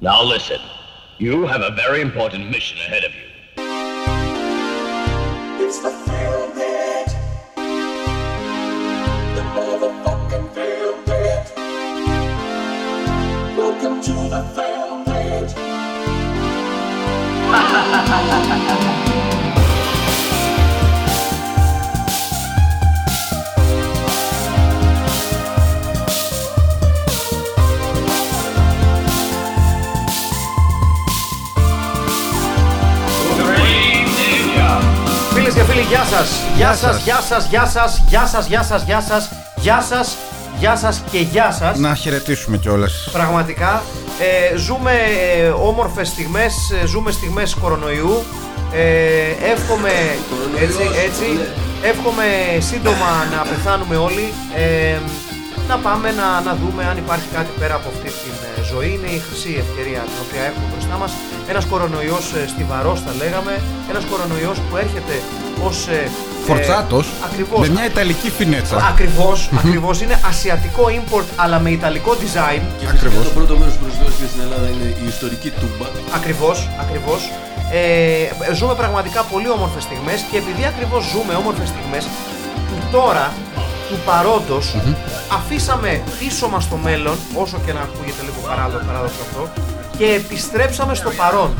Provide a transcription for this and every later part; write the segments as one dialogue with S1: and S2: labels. S1: Now listen, you have a very important mission ahead of you.
S2: It's the Feel Bit. The motherfucking Feel Bit. Welcome to the Feel Bit.
S3: Φίλε και φίλοι, γεια σας! Γεια σας, γεια σας, γεια σας, γεια σας, γεια σας, γεια σας, γεια σας, γεια σας και γεια σας.
S4: Να χαιρετήσουμε κιόλας.
S3: Πραγματικά ε, ζούμε ε, όμορφες στιγμές, ζούμε στιγμές κορονοϊού. Ε, εύχομαι, έτσι, έτσι, εύχομαι σύντομα να πεθάνουμε όλοι. Ε, να πάμε να, να δούμε αν υπάρχει κάτι πέρα από αυτή την ε, ζωή. Είναι η χρυσή ευκαιρία την οποία έχουμε μπροστά μας. Ένας κορονοϊός στιβαρό, ε, θα λέγαμε. Ένας κορονοϊός που έρχεται ε, ω.
S4: Φορτσάτο.
S3: Ακριβώ.
S4: Με μια ιταλική φινέτσα.
S3: Ακριβώς, ακριβώς. Είναι ασιατικό import αλλά με ιταλικό design.
S4: Ακριβώς.
S5: Το πρώτο μέρος που προσγειώθηκε στην Ελλάδα είναι η ιστορική τούμπα.
S3: Ακριβώς, ακριβώς. Ε, ζούμε πραγματικά πολύ όμορφες στιγμές και επειδή ακριβώς ζούμε όμορφες στιγμές, του τώρα, του παροντο αφήσαμε πίσω μας το μέλλον, όσο και να ακούγεται λίγο παράδο- παράδοξο αυτό, και επιστρέψαμε στο παρόν.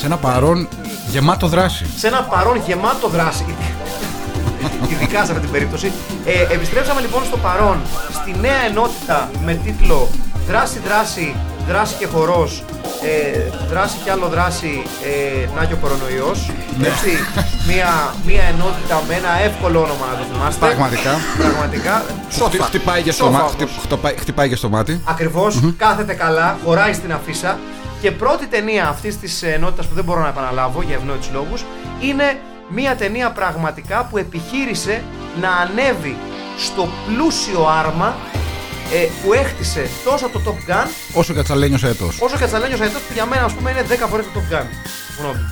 S4: Σε ένα παρόν γεμάτο δράση.
S3: σε ένα παρόν γεμάτο δράση. Ειδικά σε αυτή την περίπτωση. Ε, επιστρέψαμε λοιπόν στο παρόν, στη νέα ενότητα με τίτλο Δράση, δράση, δράση και χορός, ε, δράση και άλλο δράση, ε, να και ο κορονοϊός.
S4: Ναι.
S3: Έτσι, μία, μία ενότητα με ένα εύκολο όνομα να το θυμάστε.
S4: Πραγματικά.
S3: Πραγματικά. Σόφα.
S4: Χτυπάει και στο
S3: Σόφα
S4: μάτι.
S3: όμως.
S4: χτυ- χτυπάει- Χτυπάει και στο μάτι.
S3: Ακριβώς, κάθεται καλά, χωράει στην αφίσα. Και πρώτη ταινία αυτής της ενότητας που δεν μπορώ να επαναλάβω για ευνόητους λόγους είναι μια ταινία πραγματικά που επιχείρησε να ανέβει στο πλούσιο άρμα ε, που έχτισε τόσο το Top Gun
S4: Όσο κατσαλένιο έτος.
S3: όσο και Τσαλένιος Αετός που για μένα ας πούμε είναι 10 φορές το Top Gun. Γνώμη. μου.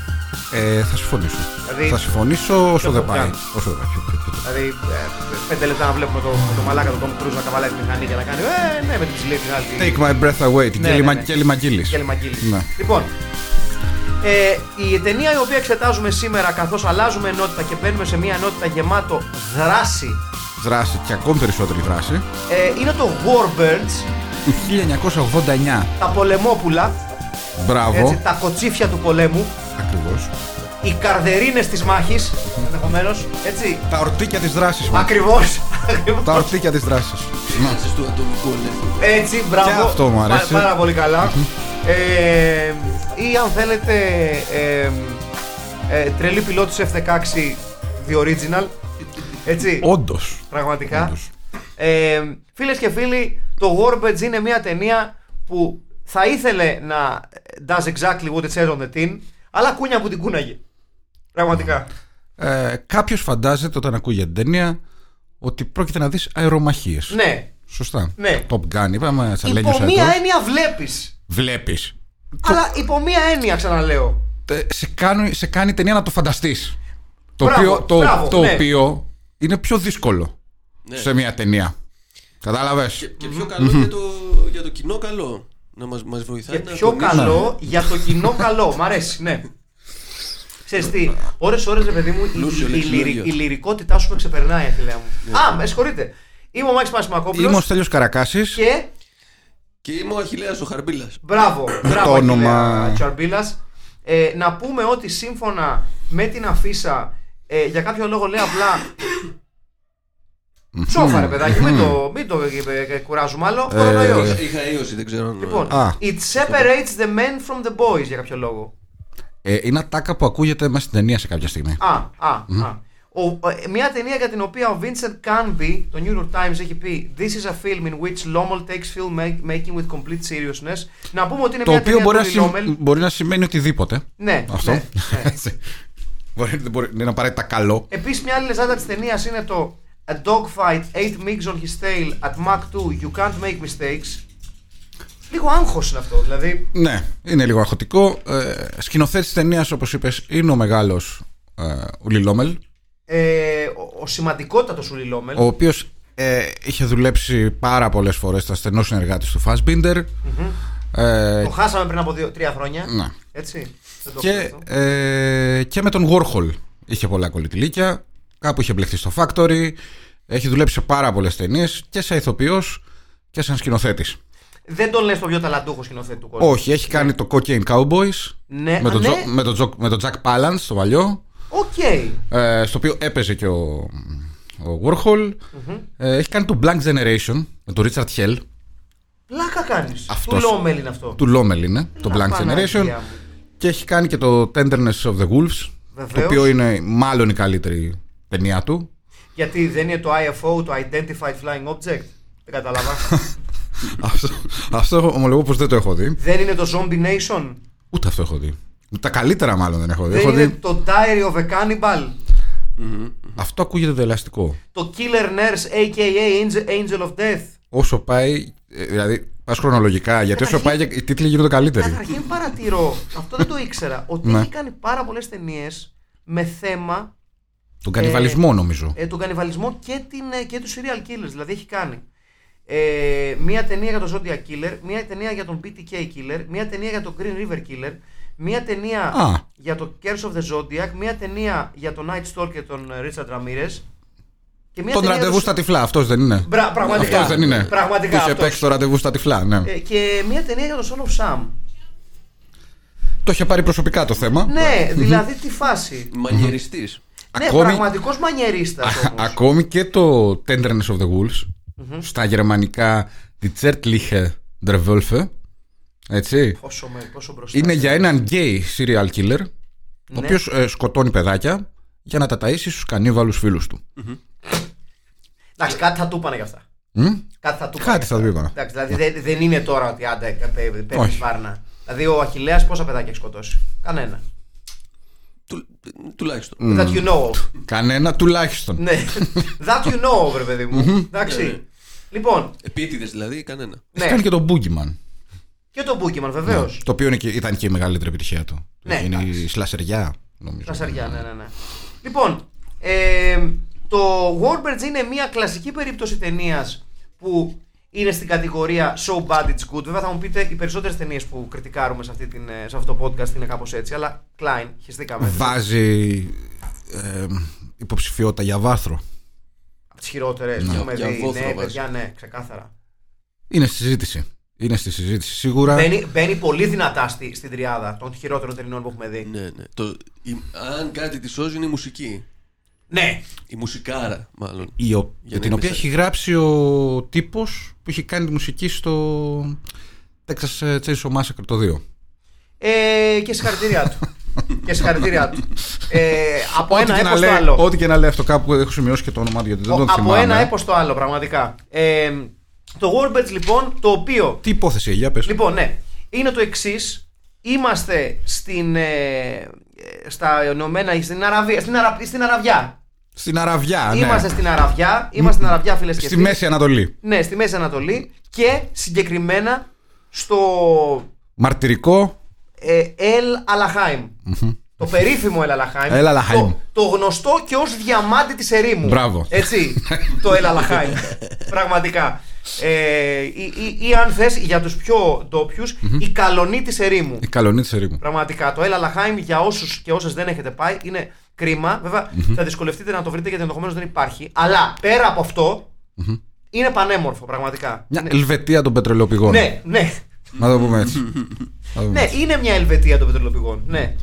S4: Ε, θα συμφωνήσω.
S3: Δηλαδή-
S4: Θα συμφωνήσω όσο
S3: Ποιο
S4: δεν
S3: το
S4: πάει.
S3: κάνει.
S4: Όσο δεν πάει.
S3: Δηλαδή, ε, 5 λεπτά να βλέπουμε το, το μαλάκα του Tom Cruise να καβαλάει τη μηχανή και να κάνει. Ε, ναι, με την ψηλή την άλλη.
S4: Take my breath away. Την
S3: Ναι,
S4: Κέλλη
S3: ναι,
S4: Μα-
S3: ναι.
S4: Κέλλη Μαγκίλης.
S3: Γέλη Μαγκίλης.
S4: Ναι.
S3: Λοιπόν, ε, η ταινία η οποία εξετάζουμε σήμερα καθώς αλλάζουμε ενότητα και μπαίνουμε σε μια ενότητα γεμάτο δράση
S4: Δράση και ακόμη περισσότερη δράση.
S3: ε, είναι το Warbirds,
S4: Του 1989.
S3: τα πολεμόπουλα, έτσι,
S4: Μπράβο.
S3: τα κοτσίφια του πολέμου,
S4: Ακριβώς.
S3: οι καρδερίνες της μάχης, ενδεχομένως, έτσι,
S4: Τα ορτίκια της δράσης μας.
S3: ακριβώς, ακριβώς.
S4: Τα ορτίκια Ναι. της δράσης.
S5: Φράσει του ατομικού ελέγχου.
S3: έτσι, μπράβο,
S4: Και αυτό μου αρέσει.
S3: Πα- πάρα πολύ καλά, ε, ή αν θέλετε, ε, ε, τρελή πιλότους F-16, The Original, έτσι,
S4: Όντως.
S3: Πραγματικά.
S4: Όντως.
S3: Ε, Φίλες και φίλοι, το Warbirds είναι μια ταινία που θα ήθελε να does exactly what it says on the tin, αλλά κούνια που την κούναγε. Πραγματικά.
S4: Ε, Κάποιος φαντάζεται όταν ακούγεται την ταινία ότι πρόκειται να δεις αερομαχίες.
S3: ναι.
S4: Σωστά.
S3: Ναι.
S4: Top Gun, είπαμε, τσαλένιο
S3: Υπό μία έννοια βλέπεις.
S4: Βλέπεις.
S3: Αλλά υπό μία έννοια ξαναλέω.
S4: Ε, Σε, κάνει, σε κάνει η ταινία να το φανταστείς. Το,
S3: Μπράβο,
S4: οποίο, το,
S3: μπράβο,
S4: το
S3: ναι.
S4: οποίο είναι πιο δύσκολο
S5: Ναι.
S4: σε μια ταινία. Κατάλαβες.
S5: Και, και πιο καλό για, το, για το κοινό καλό. Να μας, μας βοηθάει
S3: Και
S5: να
S3: πιο
S5: τονίσουμε.
S3: καλό για το κοινό καλό. Μ' αρέσει, ναι. Ξέρεις τι, ώρες ώρες ρε παιδί μου, η-
S5: Πλούσιο
S3: η- η,
S5: λεξιλόγιο.
S3: λυρι- η λυρικότητά σου με ξεπερνάει, ε, φίλε μου. Α, με συγχωρείτε. Είμαι ο Μάκης Πασμακόπουλος
S4: Είμαι ο Στέλιος Καρακάσης.
S3: και
S5: Και είμαι ο Αχιλέας ο Χαρμπίλας.
S3: Μπράβο, μπράβο
S4: το όνομα.
S3: Αχιλέα Τσαρμπίλας. Ε, να πούμε ότι σύμφωνα με την αφίσα, ε, για κάποιο λόγο λέει απλά. Σόφα ρε παιδάκι, μην το, μην το ε, ε, κουράζουμε άλλο. Κορονοϊός.
S5: Είχα ίωση, δεν ξέρω. αν-
S3: Λοιπόν,
S4: ε, Α.
S3: it separates the men from the boys για κάποιο λόγο.
S4: Ε, είναι ατάκα που ακούγεται μέσα στην ταινία σε κάποια στιγμή.
S3: Α, α, α. Ο, ε, μια ταινία για την οποία ο Vincent Canby, το New York Times, έχει πει This is a film in which Lommel takes film ma- making with complete seriousness. Να πούμε ότι είναι
S4: Το
S3: μια
S4: οποίο
S3: ταινία
S4: μπορεί να,
S3: του
S4: συμ-
S3: Lommel.
S4: μπορεί να σημαίνει οτιδήποτε.
S3: Ναι,
S4: Αυτό.
S3: ναι, ναι.
S4: Έτσι. μπορεί, δεν μπορεί, δεν είναι απαραίτητα καλό.
S3: Επίσης, μια άλλη λεζάντα της ταινίας είναι το A dog fight, eight migs on his tail at Mach 2, you can't make mistakes. Λίγο άγχος είναι αυτό, δηλαδή.
S4: Ναι, είναι λίγο αγχωτικό. Ε, σκηνοθέτης ταινίας, όπως είπες, είναι ο μεγάλος ε, ο Λιλόμελ,
S3: Ε, ο, ο σημαντικότατος Ουλιλόμελ.
S4: ο ε, οποίο είχε δουλέψει πάρα πολλές φορές στα στενό συνεργάτη του Fassbinder. Ε,
S3: Το χάσαμε πριν από δύο, τρία χρόνια.
S4: Ναι.
S3: Έτσι. Δεν το έχω
S4: και,
S3: αυτό.
S4: ε, και με τον Warhol είχε πολλά κολλητηλίκια. Κάπου είχε μπλεχτεί στο Factory. Έχει δουλέψει σε πάρα πολλές ταινίες και σαν ηθοποιός και σαν σκηνοθέτης.
S3: Δεν τον λες το πιο ταλαντούχο σκηνοθέτη του κόσμου.
S4: Όχι, έχει κάνει το Cocaine Cowboys.
S3: Ναι,
S4: με,
S3: ναι.
S4: τον Τζο- με, τον Τζο- με τον Jack Palance στο παλιό.
S3: Οκ.
S4: ε, στο οποίο έπαιζε και ο, ο Warhol. Ε, έχει κάνει το Blank Generation με τον Richard Hell.
S3: Πλάκα κάνεις. Του
S4: Αυτός.
S3: Λόμελ είναι αυτό.
S4: Του Lommel είναι, το
S3: Να,
S4: Blank
S3: Παναγία
S4: Generation.
S3: μου.
S4: Και έχει κάνει και το Tenderness of the Wolves. Το
S3: Βεβαίως.
S4: οποίο είναι μάλλον η καλύτερη ταινία του.
S3: Γιατί δεν είναι το IFO, το Identified Flying Object. Δεν κατάλαβα.
S4: αυτό, αυτό ομολογώ πως δεν το έχω δει.
S3: δεν είναι το Zombie Nation.
S4: Ούτε αυτό έχω δει. Τα καλύτερα μάλλον δεν έχω δει.
S3: Δεν
S4: έχω
S3: είναι
S4: δει...
S3: το Diary of a Cannibal.
S4: Αυτό ακούγεται δελαστικό.
S3: Το Killer Nurse aka Angel- Angel of Death.
S4: Όσο πάει. ε, Δηλαδή, πας χρονολογικά, γιατί όσο πάει
S3: Καταρχήν-
S4: και οι τίτλοι γίνονται καλύτεροι.
S3: Καταρχήν παρατηρώ, αυτό δεν το ήξερα, ότι
S4: Ναι.
S3: έχει κάνει πάρα πολλές ταινίες με θέμα
S4: Τον κανιβαλισμό, νομίζω.
S3: ε, τον κανιβαλισμό και, την, ε, και τους serial killers. Δηλαδή έχει κάνει ε, μία ταινία για τον Zodiac Killer, μία ταινία για τον BTK Killer, μία ταινία για τον Green River Killer, μία ταινία
S4: Α.
S3: για το Curse of the Zodiac, μία ταινία για τον Night Stalker τον ε, Richard Ramirez. Και μία
S4: Τον
S3: ταινία
S4: ραντεβού
S3: του-
S4: στα τυφλά, αυτός δεν είναι.
S3: Μπρα- πραγματικά.
S4: Αυτός δεν είναι.
S3: Πραγματικά
S4: Που είχε
S3: αυτός.
S4: παίξει το ραντεβού στα τυφλά, ναι.
S3: Ε, και μία ταινία για τον Son of Sam.
S4: Το είχε πάρει προσωπικά το θέμα.
S3: Ναι, δηλαδή τη φάση.
S5: Μανιεριστή.
S3: Ναι,
S4: Ακόμη-
S3: πραγματικός μανιερίστας όμως.
S4: Ακόμη και το Tenderness of the Wolves στα γερμανικά Die Zärtliche der Wölfe. Έτσι.
S3: Πόσο, με, πόσο μπροστά.
S4: Είναι για έναν γκέι serial killer, ο
S3: Ναι.
S4: οποίος σκοτώνει παιδάκια για να τα ταΐσει στους κανίβαλους φίλους του.
S3: Εντάξει, κάτι θα του είπανε για αυτά.
S4: Μμ?
S3: Κάτι θα του
S4: Κάτι
S3: είπανε
S4: θα του
S3: γι' αυτά.
S4: είπανε.
S3: Εντάξει, δηλαδή δεν, δεν είναι τώρα ότι άντε πέ- παίρνει
S4: Όχι.
S3: βάρνα. Δηλαδή ο Αχηλέα πόσα παιδάκια έχει σκοτώσει. Κανένα.
S5: Του, τουλάχιστον.
S3: That you know of.
S4: Κανένα τουλάχιστον.
S3: ναι. That you know of, ρε παιδί μου. Εντάξει. Λοιπόν,
S5: Επίτηδες δηλαδή, κανένα.
S4: Έχει
S3: ναι.
S4: κάνει και τον Boogeyman.
S3: Και τον Bookman βεβαίως.
S4: Το οποίο είναι και- ήταν και η μεγαλύτερη επιτυχία του.
S3: Ναι,
S4: είναι
S3: εντάξει.
S4: η σλασεριά, νομίζω.
S3: Τα σαριά, ναι, ναι, ναι. Λοιπόν, ε, το Warbirds είναι μια κλασική περίπτωση ταινίας που είναι στην κατηγορία So Bad It's Good. Βέβαια, θα μου πείτε οι περισσότερες ταινίες που κριτικάρουμε σε, αυτή την, ε, σε αυτό το podcast είναι κάπως έτσι, αλλά Klein, χεστήκαμε.
S4: Βάζει ε, υποψηφιότητα για βάθρο.
S3: Από τις χειρότερες που
S5: Ναι.
S3: έχουμε
S5: Για
S3: δει.
S5: βόθρο
S3: Ναι,
S5: βάζει.
S3: παιδιά, ναι, ξεκάθαρα.
S4: Είναι στη συζήτηση. Είναι στη συζήτηση σίγουρα.
S3: Μπαίνει, μπαίνει πολύ δυνατά στη, στην τριάδα των χειρότερων ταινιών που έχουμε δει.
S5: Ναι, ναι. Το, η- αν κάτι τη σώζει είναι η μουσική.
S3: Ναι,
S5: Η μουσικάρα, μάλλον.
S4: η ο-
S5: Για να
S4: την
S5: είμαι
S4: οποία
S5: σε-
S4: έχει γράψει ο τύπος που είχε κάνει τη μουσική στο Texas Chainsaw Massacre το 2.
S3: ε, και συγχαρητήριά του. και συγχαρητήριά του. Ε, από ένα
S4: και να
S3: έπος στο
S4: λέει-
S3: άλλο.
S4: ό,τι και να λέει αυτό κάπου έχω σημειώσει και το όνομά του γιατί δεν
S3: Ο-
S4: τον
S3: από
S4: θυμάμαι.
S3: ένα έπος στο άλλο, πραγματικά. Ε, το Warbirds λοιπόν, το οποίο.
S4: Τι υπόθεση έχει, για πες.
S3: Λοιπόν, ναι, είναι το εξής. Είμαστε στην. ε, ε, στα Ηνωμένα, στην, Αραβία, στην, Αρα, στην Αραβιά.
S4: στην Αραβιά, ναι.
S3: Είμαστε στην Αραβιά, είμαστε στην Αραβιά, φίλες και
S4: Στη
S3: φίλοι.
S4: Μέση Ανατολή.
S3: Ναι, στη Μέση Ανατολή και συγκεκριμένα στο
S4: Μαρτυρικό.
S3: ε, El Αλαχάιμ. Το περίφημο El Alaheim.
S4: El Alaheim.
S3: Το, το γνωστό και ως διαμάντι της ερήμου.
S4: Μπράβο.
S3: Έτσι, το El Alaheim. Πραγματικά. Ε, ή, ή- ή αν θες για τους πιο ντόπιους, η καλονή της ερήμου.
S4: Η καλονή της ερήμου.
S3: Πραγματικά. Το El Alaheim για όσους και όσες δεν έχετε πάει είναι κρίμα. Βέβαια, θα δυσκολευτείτε να το βρείτε γιατί ενδεχομένως δεν υπάρχει. Αλλά πέρα από αυτό, είναι πανέμορφο πραγματικά.
S4: Μια
S3: Ναι.
S4: Ελβετία των πετρελαιοπηγών.
S3: Ναι, ναι.
S4: Να το πούμε έτσι. Να το πούμε
S3: Ναι,
S4: έτσι.
S3: είναι μια Ελβετία των πετρελοπηγών. Ναι.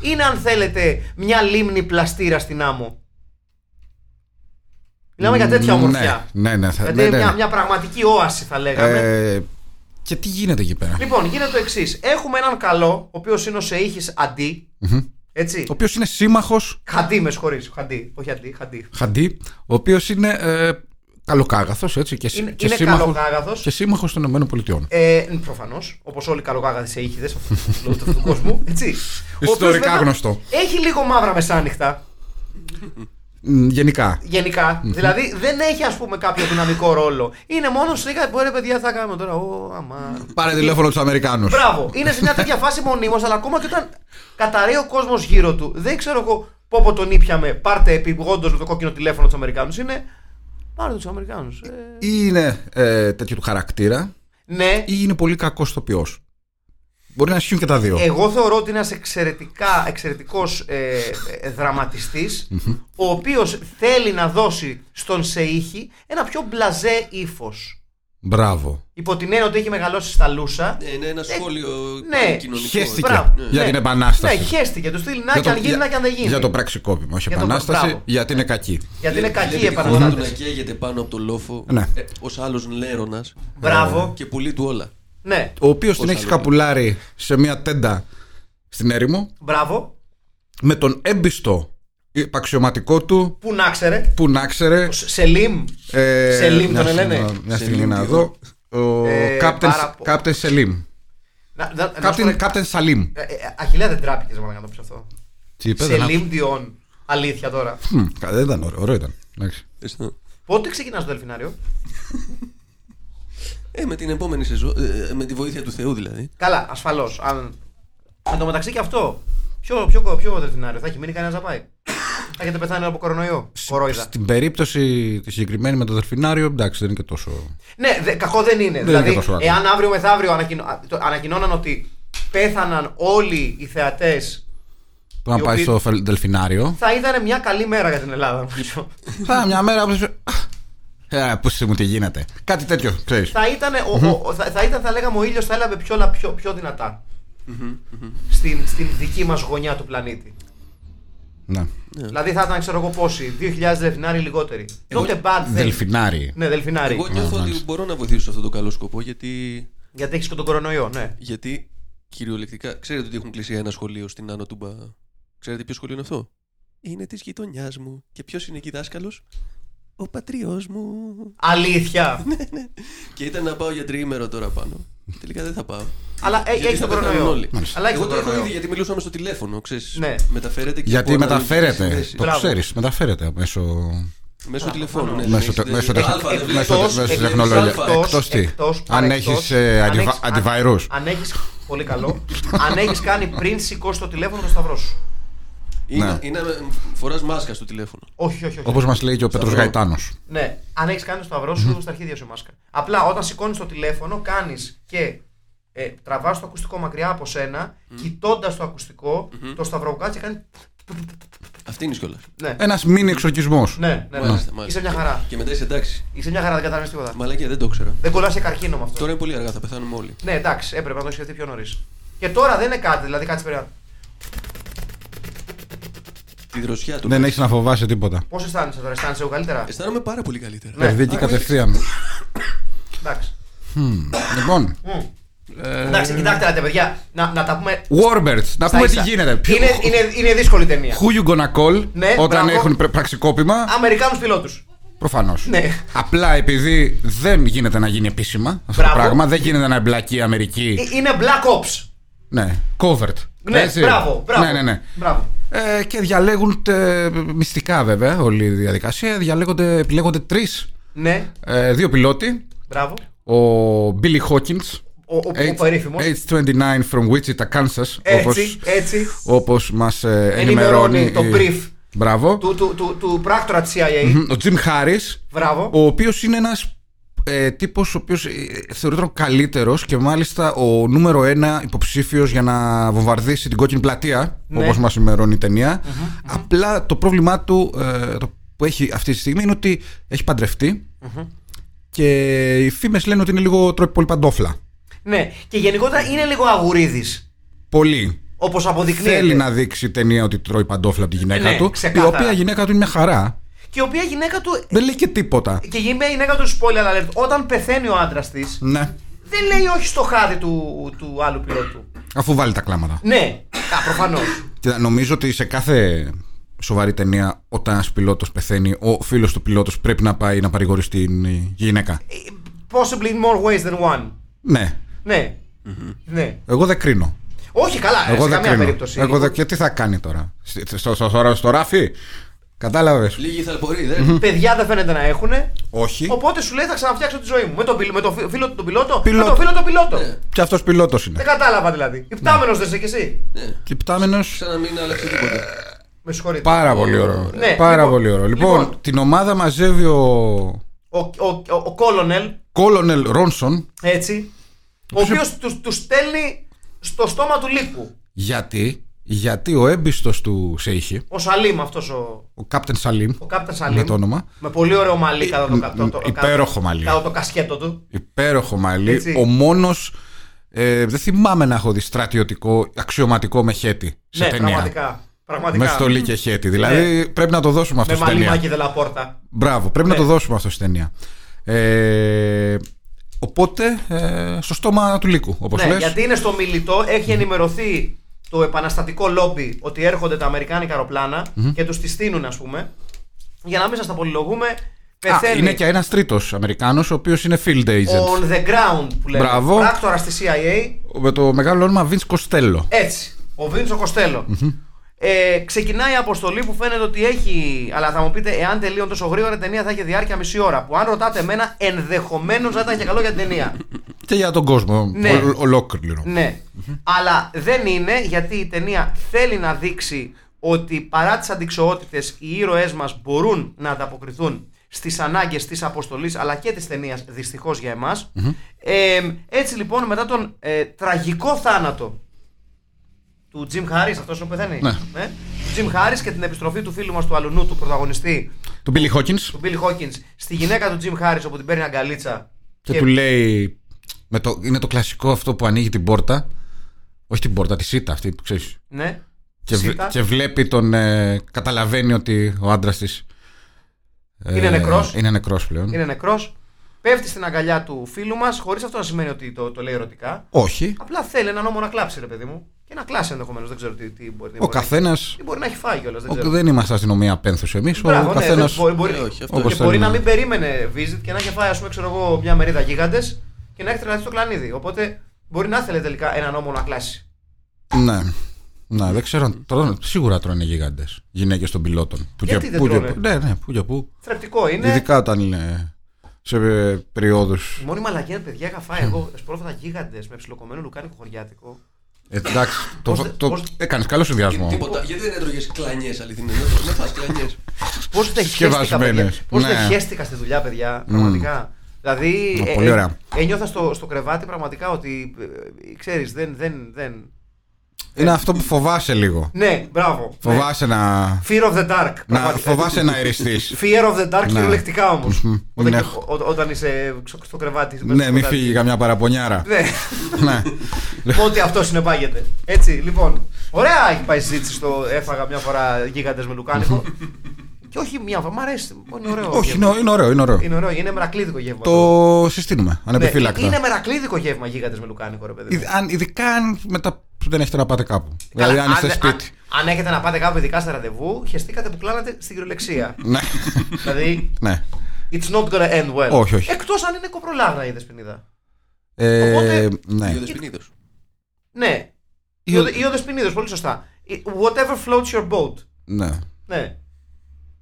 S3: Είναι, αν θέλετε, μια λίμνη πλαστήρα στην άμμο. Μιλάμε για τέτοια ομορφιά.
S4: Ναι, ναι, ναι. θα-
S3: Δηλαδή
S4: ναι, ναι.
S3: Μια, μια πραγματική όαση, θα λέγαμε.
S4: Ε, και τι γίνεται εκεί πέρα.
S3: Λοιπόν, γίνεται το εξής. Έχουμε έναν καλό, ο οποίος είναι ο Σεήχη Αντί. Έτσι.
S4: Ο οποίος είναι σύμμαχος
S3: Χαντί, με συγχωρείς. Χαντί, όχι Αντί, Χαντί.
S4: Χαντί, ο οποίος είναι ε, καλοκάγαθος έτσι, και, σύ-
S3: Είναι-
S4: και
S3: είναι
S4: σύμμαχος-
S3: καλοκάγαθος.
S4: και σύμμαχος των ΗΠΑ. Πολιτειών.
S3: Ε, Προφανώς, όπως όλοι οι καλοκάγαδε σε ήχηδε αυτού του κόσμου. Έτσι. Ο οποίος,
S4: Ιστορικά
S3: βέβαια,
S4: γνωστό.
S3: Έχει λίγο μαύρα μεσάνυχτα.
S4: Μ, Γενικά.
S3: γενικα Δηλαδή δεν έχει ας πούμε κάποιο δυναμικό ρόλο. Είναι μόνος σε λίγα. Μπορεί παιδιά θα κάνουμε τώρα. Ω, αμά.
S4: Πάρε τηλέφωνο τους Αμερικάνους.
S3: Μπράβο. Είναι σε μια τέτοια φάση μονίμως, αλλά ακόμα και όταν καταραίει ο κόσμος γύρω του. Δεν ξέρω εγώ πόπο τον ήπιαμε. Πάρτε επιγόντω με το κόκκινο τηλέφωνο τους Αμερικάνους. Είναι. Πάρτε τους Αμερικάνους.
S4: Ή είναι ε, τέτοιο του χαρακτήρα,
S3: ναι.
S4: ή είναι πολύ κακός τοπιός. Μπορεί να ισχύουν και τα δύο.
S3: Εγώ θεωρώ ότι είναι ένας εξαιρετικά, εξαιρετικός ε, ε, δραματιστής ο οποίος θέλει να δώσει στον Σεήχη ένα πιο μπλαζέ ύφος.
S4: Μπράβο.
S3: Υπό την έννοια ότι έχει μεγαλώσει στα Λούσα.
S5: Ναι, είναι ένα σχόλιο
S3: ναι.
S5: ναι. κοινωνικό.
S4: Χαίστηκε
S3: Μπράβο.
S4: για
S3: Ναι.
S4: την επανάσταση.
S3: Ναι, χαίστηκε. Του στείλει να
S4: Για
S3: και
S4: το-
S3: αν γίνει,
S4: για-
S3: να και αν δεν γίνει.
S4: Για το πραξικόπημα, όχι
S3: Για το-
S4: επανάσταση,
S3: μπράβο.
S4: γιατί είναι κακή.
S3: Γιατί
S5: Δηλαδή,
S3: είναι κακή η
S5: η Του να
S3: επαναστάτες.
S5: καίγεται πάνω από το λόφο ε,
S4: Ναι.
S5: ως άλλος λέρονα.
S3: Μπράβο.
S5: ε, Και πουλεί του όλα.
S3: Ναι,
S4: Ο οποίος την έχει
S5: άλλο.
S4: καπουλάρει σε μια τέντα στην έρημο
S3: μπράβο.
S4: με τον έμπιστο υπαξιωματικό του
S3: Πού να ξέρε.
S4: που να ξέρε.
S3: Σελίμ.
S4: ε,
S3: Σελίμ
S4: μια
S3: τον
S4: στιγμή,
S3: λένε.
S4: Μια στιγμή
S5: Σελίμ,
S4: να
S5: τι
S4: δω. Ο
S3: Ε, πάρα
S4: Captain
S3: πο-
S4: Captain Selim.
S3: Να- να- να σου πω
S4: Captain-
S3: ένα-
S4: Captain Salim.
S3: Ε, ε, Αχιλέα δεν τράπηκες να το πεις αυτό.
S4: Τι είπε, δεν άκουσα.
S3: Σελίμ Διόν. Αλήθεια τώρα.
S4: Μμ, κα- Δεν ήταν ωραίο, ωραίο ήταν. Εντάξει.
S5: Ευχαριστώ.
S3: Πότε ξεκινάς το δελφινάριο.
S5: Ε, με την επόμενη σεζόν. ε, με τη βοήθεια του Θεού δηλαδή.
S3: Καλά, ασφαλώς. Αν... Εν τω μεταξύ και αυτό. Ποιο, ποιο, ποιο δελφινάριο θα έχει μείνει κανένας να πάει. θα έχετε πεθάνει από κορονοϊό. Κορόιδα.
S4: Στην περίπτωση τη συγκεκριμένη με το δελφινάριο, εντάξει, δεν είναι και τόσο.
S3: Ναι, δε- κακό δεν είναι.
S4: είναι
S3: δηλαδή,
S4: και τόσο άκρο.
S3: εάν αύριο μεθαύριο ανακοινω... α, το- ανακοινώναν ότι πέθαναν όλοι οι θεατές,
S4: Που να
S3: Οι
S4: πάει
S3: οποίοι-
S4: στο φελ- δελφινάριο.
S3: θα ήταν μια καλή μέρα για την Ελλάδα. νομίζω.
S4: Θα μια μέρα που. σου- Ε, Πού σε μου τι γίνεται. Κάτι τέτοιο, ξέρεις.
S3: θα ήταν, ο, ο- ο- θα, θα ήταν, θα λέγαμε, ο ήλιος θα έλαβε πιο, λα- πιο, πιο δυνατα Στην, στην δική μας γωνιά του πλανήτη.
S4: Ναι.
S3: Δηλαδή θα ήταν, ξέρω εγώ πόσοι, 2.000 δελφινάρι λιγότεροι. Not a bad thing.
S4: Δελφινάρι.
S3: Ναι, δελφινάρι.
S5: Εγώ νιώθω ότι
S4: μάλιστα.
S5: μπορώ να βοηθήσω σε αυτό το καλό σκοπό γιατί.
S3: Γιατί έχεις και τον κορονοϊό, ναι.
S5: Γιατί κυριολεκτικά. Ξέρετε ότι έχουν κλείσει ένα σχολείο στην Άνω Τούμπα. Ξέρετε ποιο σχολείο είναι αυτό. Είναι της γειτονιάς μου. Και ποιος είναι εκεί δάσκαλος. Ο πατριός μου.
S3: Αλήθεια.
S5: Ναι. Και ήταν να πάω για τριήμερο τώρα πάνω. Τελικά δεν θα πάω.
S3: Αλλά
S5: Γιατί
S3: έχει
S5: θα
S3: τον
S5: πεθάνουν
S3: κορονοϊό.
S5: όλοι.
S3: Αλλά έχει
S5: Εγώ
S3: τον
S5: το έχω ήδη
S3: κορονοϊό.
S5: γιατί μιλούσαμε στο τηλέφωνο, ξέρεις.
S3: Ναι.
S5: Μεταφέρεται και
S4: Γιατί
S5: από αναλυτικές
S4: μεταφέρεται.
S5: συνδέσεις.
S4: Το
S3: Μπράβο.
S4: ξέρεις, μεταφέρεται μέσω.
S5: Μέσω τηλεφώνου. ναι,
S4: Μέσω
S5: δεν
S4: τε-
S5: έχεις-
S4: μέσω
S5: δεν-
S4: τεχ-
S5: Αλφα, δεν
S4: μέσω-
S5: βλέπεις.
S4: μέσω
S5: Αλφα.
S4: τεχνολογίας.
S5: Αλφα.
S4: Εκτός τι.
S3: εκτός,
S4: Αν
S3: εκτός,
S4: έχεις, ε,
S3: αν
S4: αντι-
S3: έχεις- αν-
S4: αντιβαϊρούς.
S3: Αν έχεις, πολύ καλό, αν έχεις κάνει πριν σηκώσει το τηλέφωνο το σταυρό σου.
S5: Είναι-
S4: Ναι.
S5: Είναι φοράς μάσκα στο τηλέφωνο.
S3: Όχι, όχι, όχι.
S4: Όπως μας λέει και ο Πέτρος
S5: Σταυρό.
S4: Γαϊτάνος.
S3: Ναι, αν έχεις κάνει το σταυρό σου, στα αρχίδια σου η μάσκα. Απλά όταν σηκώνεις το τηλέφωνο, κάνεις και ε, τραβάς το ακουστικό μακριά από σένα, κοιτώντας το ακουστικο το σταυρό που κάτσε κάνει.
S5: Αυτή είναι κιόλα.
S3: Ναι,
S4: Ένας μίνι εξορκισμός.
S3: ναι, ναι. ναι. Είσαι μια χαρά.
S5: Και μετά είσαι εντάξει.
S3: Είσαι μια χαρά, δεν καταλαβαίνει τίποτα.
S5: Μαλάκια δεν το ήξερα.
S3: Δεν κολλάς σε καρκίνο με αυτό.
S5: Τώρα είναι πολύ αργά, θα πεθάνουμε όλοι.
S3: Ναι, εντάξει, έπρεπε να το σκεφτεί πιο νωρίς. Και τώρα δεν είναι κάτι, δηλαδή κάτσε περίπου.
S5: Τη δροσιά του.
S4: Δεν έχεις να φοβάσαι τίποτα.
S3: Πώς αισθάνεσαι τώρα, αισθάνεσαι εγώ καλύτερα.
S5: Αισθάνομαι πάρα πολύ καλύτερα.
S3: Ναι.
S4: Περδίκη
S5: Α,
S4: κατευθείαν.
S3: Εντάξει.
S4: Λοιπόν,
S3: Εντάξει, κοιτάξτε, ρε, παιδιά, να, να τα πούμε.
S4: Warbirds,
S3: στα
S4: να Ε, πούμε τι
S3: ίσα.
S4: γίνεται. Ποιο-
S3: Είναι, είναι, είναι δύσκολη ταινία.
S4: Who you gonna call
S3: Ναι,
S4: όταν
S3: μπράβο.
S4: έχουν πρε- πραξικόπημα.
S3: Αμερικάνους πιλότους.
S4: Προφανώς.
S3: Ναι.
S4: Απλά επειδή δεν γίνεται να γίνει επίσημα αυτό το
S3: Μπράβο.
S4: πράγμα, δεν γίνεται να εμπλακεί η Αμερική.
S3: Ε, Είναι black ops.
S4: Ναι, covered.
S3: Ναι,
S4: Έτσι.
S3: μπράβο, μπράβο.
S4: Ναι, ναι, ναι.
S3: Μπράβο.
S4: Ε, και διαλέγουν τε- μυστικά βέβαια όλη η διαδικασία. Διαλέγονται, επιλέγονται τρεις.
S3: Ναι,
S4: Ε, δύο πιλότοι.
S3: μπράβο.
S4: Ο Billy Hawkins.
S3: Ο, ο, ο περίφημος.
S4: H29 from Wichita, Kansas.
S3: Έτσι,
S4: όπως,
S3: έτσι.
S4: όπως μας ε, ενημερώνει.
S3: Ενημερώνει το
S4: η-
S3: brief.
S4: Μπράβο.
S3: Του, του, του, του πράκτορα της CIA.
S4: Ο Jim Harris.
S3: Μπράβο.
S4: ο οποίος είναι ένας ε, τύπος ο οποίος ε, θεωρείται ο καλύτερος και μάλιστα ο νούμερο ένα υποψήφιος για να βομβαρδίσει την κόκκινη πλατεία
S3: Ναι.
S4: όπως μας ημερώνει η ταινια απλά το πρόβλημά του ε, το που έχει αυτή τη στιγμή είναι ότι έχει παντρευτεί και οι φήμες λένε ότι είναι λίγο τρώει πολύ παντόφλα
S3: Ναι, και γενικότερα είναι λίγο αγουρίδης.
S4: πολύ
S3: Όπως αποδεικνύεται.
S4: Θέλει να δείξει η ταινία ότι τρώει παντόφλα από τη γυναίκα
S3: Ναι,
S4: του.
S3: ξεκάθαρα.
S4: Η οποία γυναίκα του είναι μια χαρά.
S3: Και η οποία γυναίκα του.
S4: Δεν λέει και τίποτα.
S3: Και η γυναίκα του spoiler alert. Όταν πεθαίνει ο άντρας της,
S4: Ναι.
S3: δεν λέει όχι στο χάδι του, του άλλου πιλότου.
S4: Αφού βάλει τα κλάματα.
S3: Ναι, προφανώ.
S4: Κοίτα, νομίζω ότι σε κάθε σοβαρή ταινία, όταν ένας πιλότος πεθαίνει, ο φίλος του πιλότος πρέπει να πάει να παρηγορήσει την ε, γυναίκα.
S3: Possibly in more ways than one.
S4: Ναι.
S3: Ναι. Ναι.
S4: Εγώ δεν κρίνω.
S3: Όχι καλά,
S4: Mm-hmm. Εγώ
S3: Ε, σε
S4: δεν
S3: καμία
S4: κρίνω.
S3: περίπτωση. Λοιπόν,
S4: Εγώ δεν... Και τι θα κάνει τώρα. Στη- Στο, στο, στο, στο ράφι. Κατάλαβες.
S5: Λίγοι θαλποροί, δεν.
S3: Παιδιά δεν φαίνεται να έχουνε.
S4: Όχι.
S3: Οπότε σου λέει θα ξαναφτιάξω τη ζωή μου. Με τον, πιλ- με τον φι- φίλο του τον πιλότο.
S4: Πιλότο. Ναι.
S3: Με τον φίλο τον πιλότο.
S4: Και αυτός πιλότος είναι.
S3: Δεν κατάλαβα δηλαδή. Υπτάμενο δεν είσαι κι εσύ.
S4: Και πτάμενο.
S5: Ναι. Σαν να μην άλλαξε τίποτα.
S3: Με συγχωρείτε.
S4: Πάρα πολύ ωραίο.
S3: Ναι,
S4: Πάρα
S3: λοιπόν,
S4: πολύ ωραίο. Λοιπόν,
S3: λοιπόν.
S4: την ομάδα μαζεύει ο
S3: Ο, ο, ο, ο Κόλονελ,
S4: Κόλονελ Ρόνσον.
S3: έτσι. Ο οποίο τους τους στέλνει στο στόμα του λύκου.
S4: Γιατί, γιατί ο έμπιστος του Σέιχη,
S3: Ο Σαλίμ αυτός ο,
S4: ο Captain Salim,
S3: ο Κάπτα Σαλίμ.
S4: με το όνομα,
S3: με πολύ ωραίο μαλλί κατά το, κατά το,
S4: Ε, Υπέροχο μαλλί.
S3: Κατά το κασκέτο του.
S4: υπέροχο μαλλί,
S3: Έτσι.
S4: ο μόνος. Ε, δεν θυμάμαι να έχω δει στρατιωτικό αξιωματικό με χέτι σε
S3: ναι,
S4: ταινία.
S3: πραγματικά. πραγματικά. Ναι.
S4: Με στολή και χέτι. Δηλαδή πρέπει να το δώσουμε αυτό
S3: με
S4: στην ταινία.
S3: μαλλιμάκι δελαπόρτα.
S4: Μπράβο, πρέπει
S3: Ναι.
S4: να το δώσουμε αυτό στην ταινία. Ε, οπότε, ε, στο στόμα του λύκου, όπως
S3: Ναι,
S4: λες.
S3: γιατί είναι στο μιλητό, έχει ενημερωθεί το επαναστατικό λόμπι ότι έρχονται τα Αμερικάνικα αεροπλάνα και τους τη στείνουν, ας πούμε. Για να μην σας τα πολυλογούμε,
S4: Α,
S3: πεθαίνει.
S4: είναι και ένας τρίτος Αμερικάνος, ο οποίος είναι field agent.
S3: on the ground που λέμε.
S4: Μπράβο.
S3: Πράκτορα στη CIA.
S4: Με το μεγάλο όνομα Vince Costello.
S3: Έτσι. Ο Βίντσο Κοστέλο. Ε, ξεκινάει η αποστολή που φαίνεται ότι έχει. Αλλά θα μου πείτε, εάν τελείωνε τόσο γρήγορα η ταινία θα έχει διάρκεια μισή ώρα. Που αν ρωτάτε εμένα, ενδεχομένως να ήταν και καλό για την ταινία.
S4: Και για τον κόσμο
S3: Ναι.
S4: ολ- ολόκληρο.
S3: Ναι. Αλλά δεν είναι γιατί η ταινία θέλει να δείξει ότι παρά τις αντικσοότητες οι ήρωές μας μπορούν να ανταποκριθούν στις ανάγκες της αποστολής αλλά και της ταινίας δυστυχώς για εμας Ε, έτσι λοιπόν μετά τον ε, τραγικό θάνατο του Jim Harris, αυτός που πεθαίνει.
S4: Ναι.
S3: Του Jim Harris και την επιστροφή του φίλου μας του αλουνού του πρωταγωνιστή
S4: Του Billy Hawkins
S3: του Bill Hawkins στη γυναίκα του Jim Harris όπου την παίρνει αγκαλίτσα
S4: και του λέει. Με το, είναι το κλασικό αυτό που ανοίγει την πόρτα. Όχι την πόρτα, τη σίτα αυτή, ξέρεις.
S3: ναι,
S4: Και, βλέ-
S3: Σίτα.
S4: και βλέπει τον. ε, καταλαβαίνει ότι ο άντρας της.
S3: Είναι νεκρός.
S4: Είναι νεκρός πλέον.
S3: είναι νεκρός πέφτει στην αγκαλιά του φίλου μας χωρίς αυτό να σημαίνει ότι το, το λέει ερωτικά
S4: Όχι.
S3: απλά θέλει έναν νόμο να κλάψει ρε παιδί μου και να κλάσει ενδεχομένως. δεν ξέρω τι, τι μπορεί, τι μπορεί
S4: Ο
S3: να έχει-
S4: καθένας.
S3: τι μπορεί να έχει φάει κιόλας δεν ξέρω
S4: Δεν είμαστε αστυνομία πένθου εμεί.
S3: Μπράβο,
S4: Ο
S3: ναι,
S4: καθένας.
S3: δεν μπορεί, μπορεί,
S5: Ε, όχι, αυτό
S3: και
S4: όπως
S3: μπορεί
S4: θέλει.
S3: να μην περίμενε visit και να έχει φάει, ας πούμε, ξέρω εγώ, μια μερίδα γίγαντες και να έχει τρελαθεί στο κλανίδι. Οπότε μπορεί να θέλει τελικά έναν νόμο να κλάσει.
S4: Ναι. Ναι, δεν ξέρω. αν τρώνε- σίγουρα τρώνε γίγαντες γυναίκες των πιλότων. Που
S3: Γιατί δεν
S4: που
S3: τρώνε?
S4: που, ναι, ναι, που και που.
S3: Θρεπτικό είναι.
S4: Ειδικά όταν είναι σε ε, περιόδου.
S3: Η μόνη μαλαγία, παιδιά, είχα φάει εγώ σπρώφατα γίγαντες με ψιλοκομμένο λουκάνικο χωριάτικο. Ε,
S4: Εντάξει,
S3: Πώς
S4: το,
S3: δεν-
S4: το,
S3: πώς-
S4: έκανε καλό συνδυασμό.
S5: Τίποτα. Γιατί δεν έτρωγες κλανιές αληθινέ. Να φας κλανιές.
S3: Πώς δεν χαίστηκα,
S4: Συσκευασμένες.
S3: παιδιά. Πώς δεν
S4: Ναι.
S3: χαίστηκα στη δουλειά, παιδιά. Πραγματικά. Δηλαδή.
S4: Ω, πολύ ωραία.
S3: ένιωθα στο, στο κρεβάτι πραγματικά ότι. ε, ξέρεις, δεν. δεν, δεν...
S4: Είναι αυτό που φοβάσαι λίγο.
S3: Ε, Ναι, μπράβο.
S4: Φοβάσαι να,
S3: Ναι. Fear of the dark.
S4: να,
S3: πραγματικά.
S4: φοβάσαι να εριστείς.
S3: Fear of the dark
S4: Ναι.
S3: κυριολεκτικά όμως.
S4: Μμμ.
S3: Όταν,
S4: Ναι.
S3: ό, ό, όταν είσαι ξο- στο κρεβάτι. μέσα
S4: ναι,
S3: στο
S4: μην
S3: κρεβάτι.
S4: φύγει καμιά παραπονιάρα.
S3: Ναι.
S4: ναι.
S3: Ό,τι αυτό συνεπάγεται. Έτσι, λοιπόν. Ωραία έχει πάει η συζήτηση στο έφαγα μια φορά γίγαντες με λουκάνικο. Και όχι μια φορά, μ' αρέσει. Είναι ωραίο.
S4: Όχι,
S3: γεύμα.
S4: είναι, είναι ωραίο, είναι ωραίο.
S3: Είναι ωραίο, είναι μερακλείδικο γεύμα.
S4: Το συστήνουμε
S3: Ναι,
S4: ανεπιφύλακτα.
S3: Είναι μερακλείδικο γεύμα γίγαντες με λουκάνικο, ρε παιδί. μου.
S4: Ειδ- αν- ειδικά αν μετά δεν έχετε να πάτε κάπου.
S3: Καλά,
S4: Ε, δηλαδή, αν είστε
S3: δεν-
S4: σπίτι.
S3: αν- αν έχετε να πάτε κάπου, ειδικά στα ραντεβού, χεστήκατε που κλάνατε στην κυριολεξία.
S4: Ναι.
S3: δηλαδή,
S4: ναι.
S3: it's not gonna end well.
S4: Όχι, όχι.
S3: Εκτός αν είναι κοπρολάγνα η δεσπινίδα.
S4: Ε,
S3: Οπότε-
S4: ναι.
S5: Δύο δεσποινίδες.
S3: Ναι. Ή
S4: Ή ο-
S3: ο, ή ο Δεσποινίδος, πολύ σωστά. Ή- Whatever floats your boat.
S4: ναι.
S3: Ναι.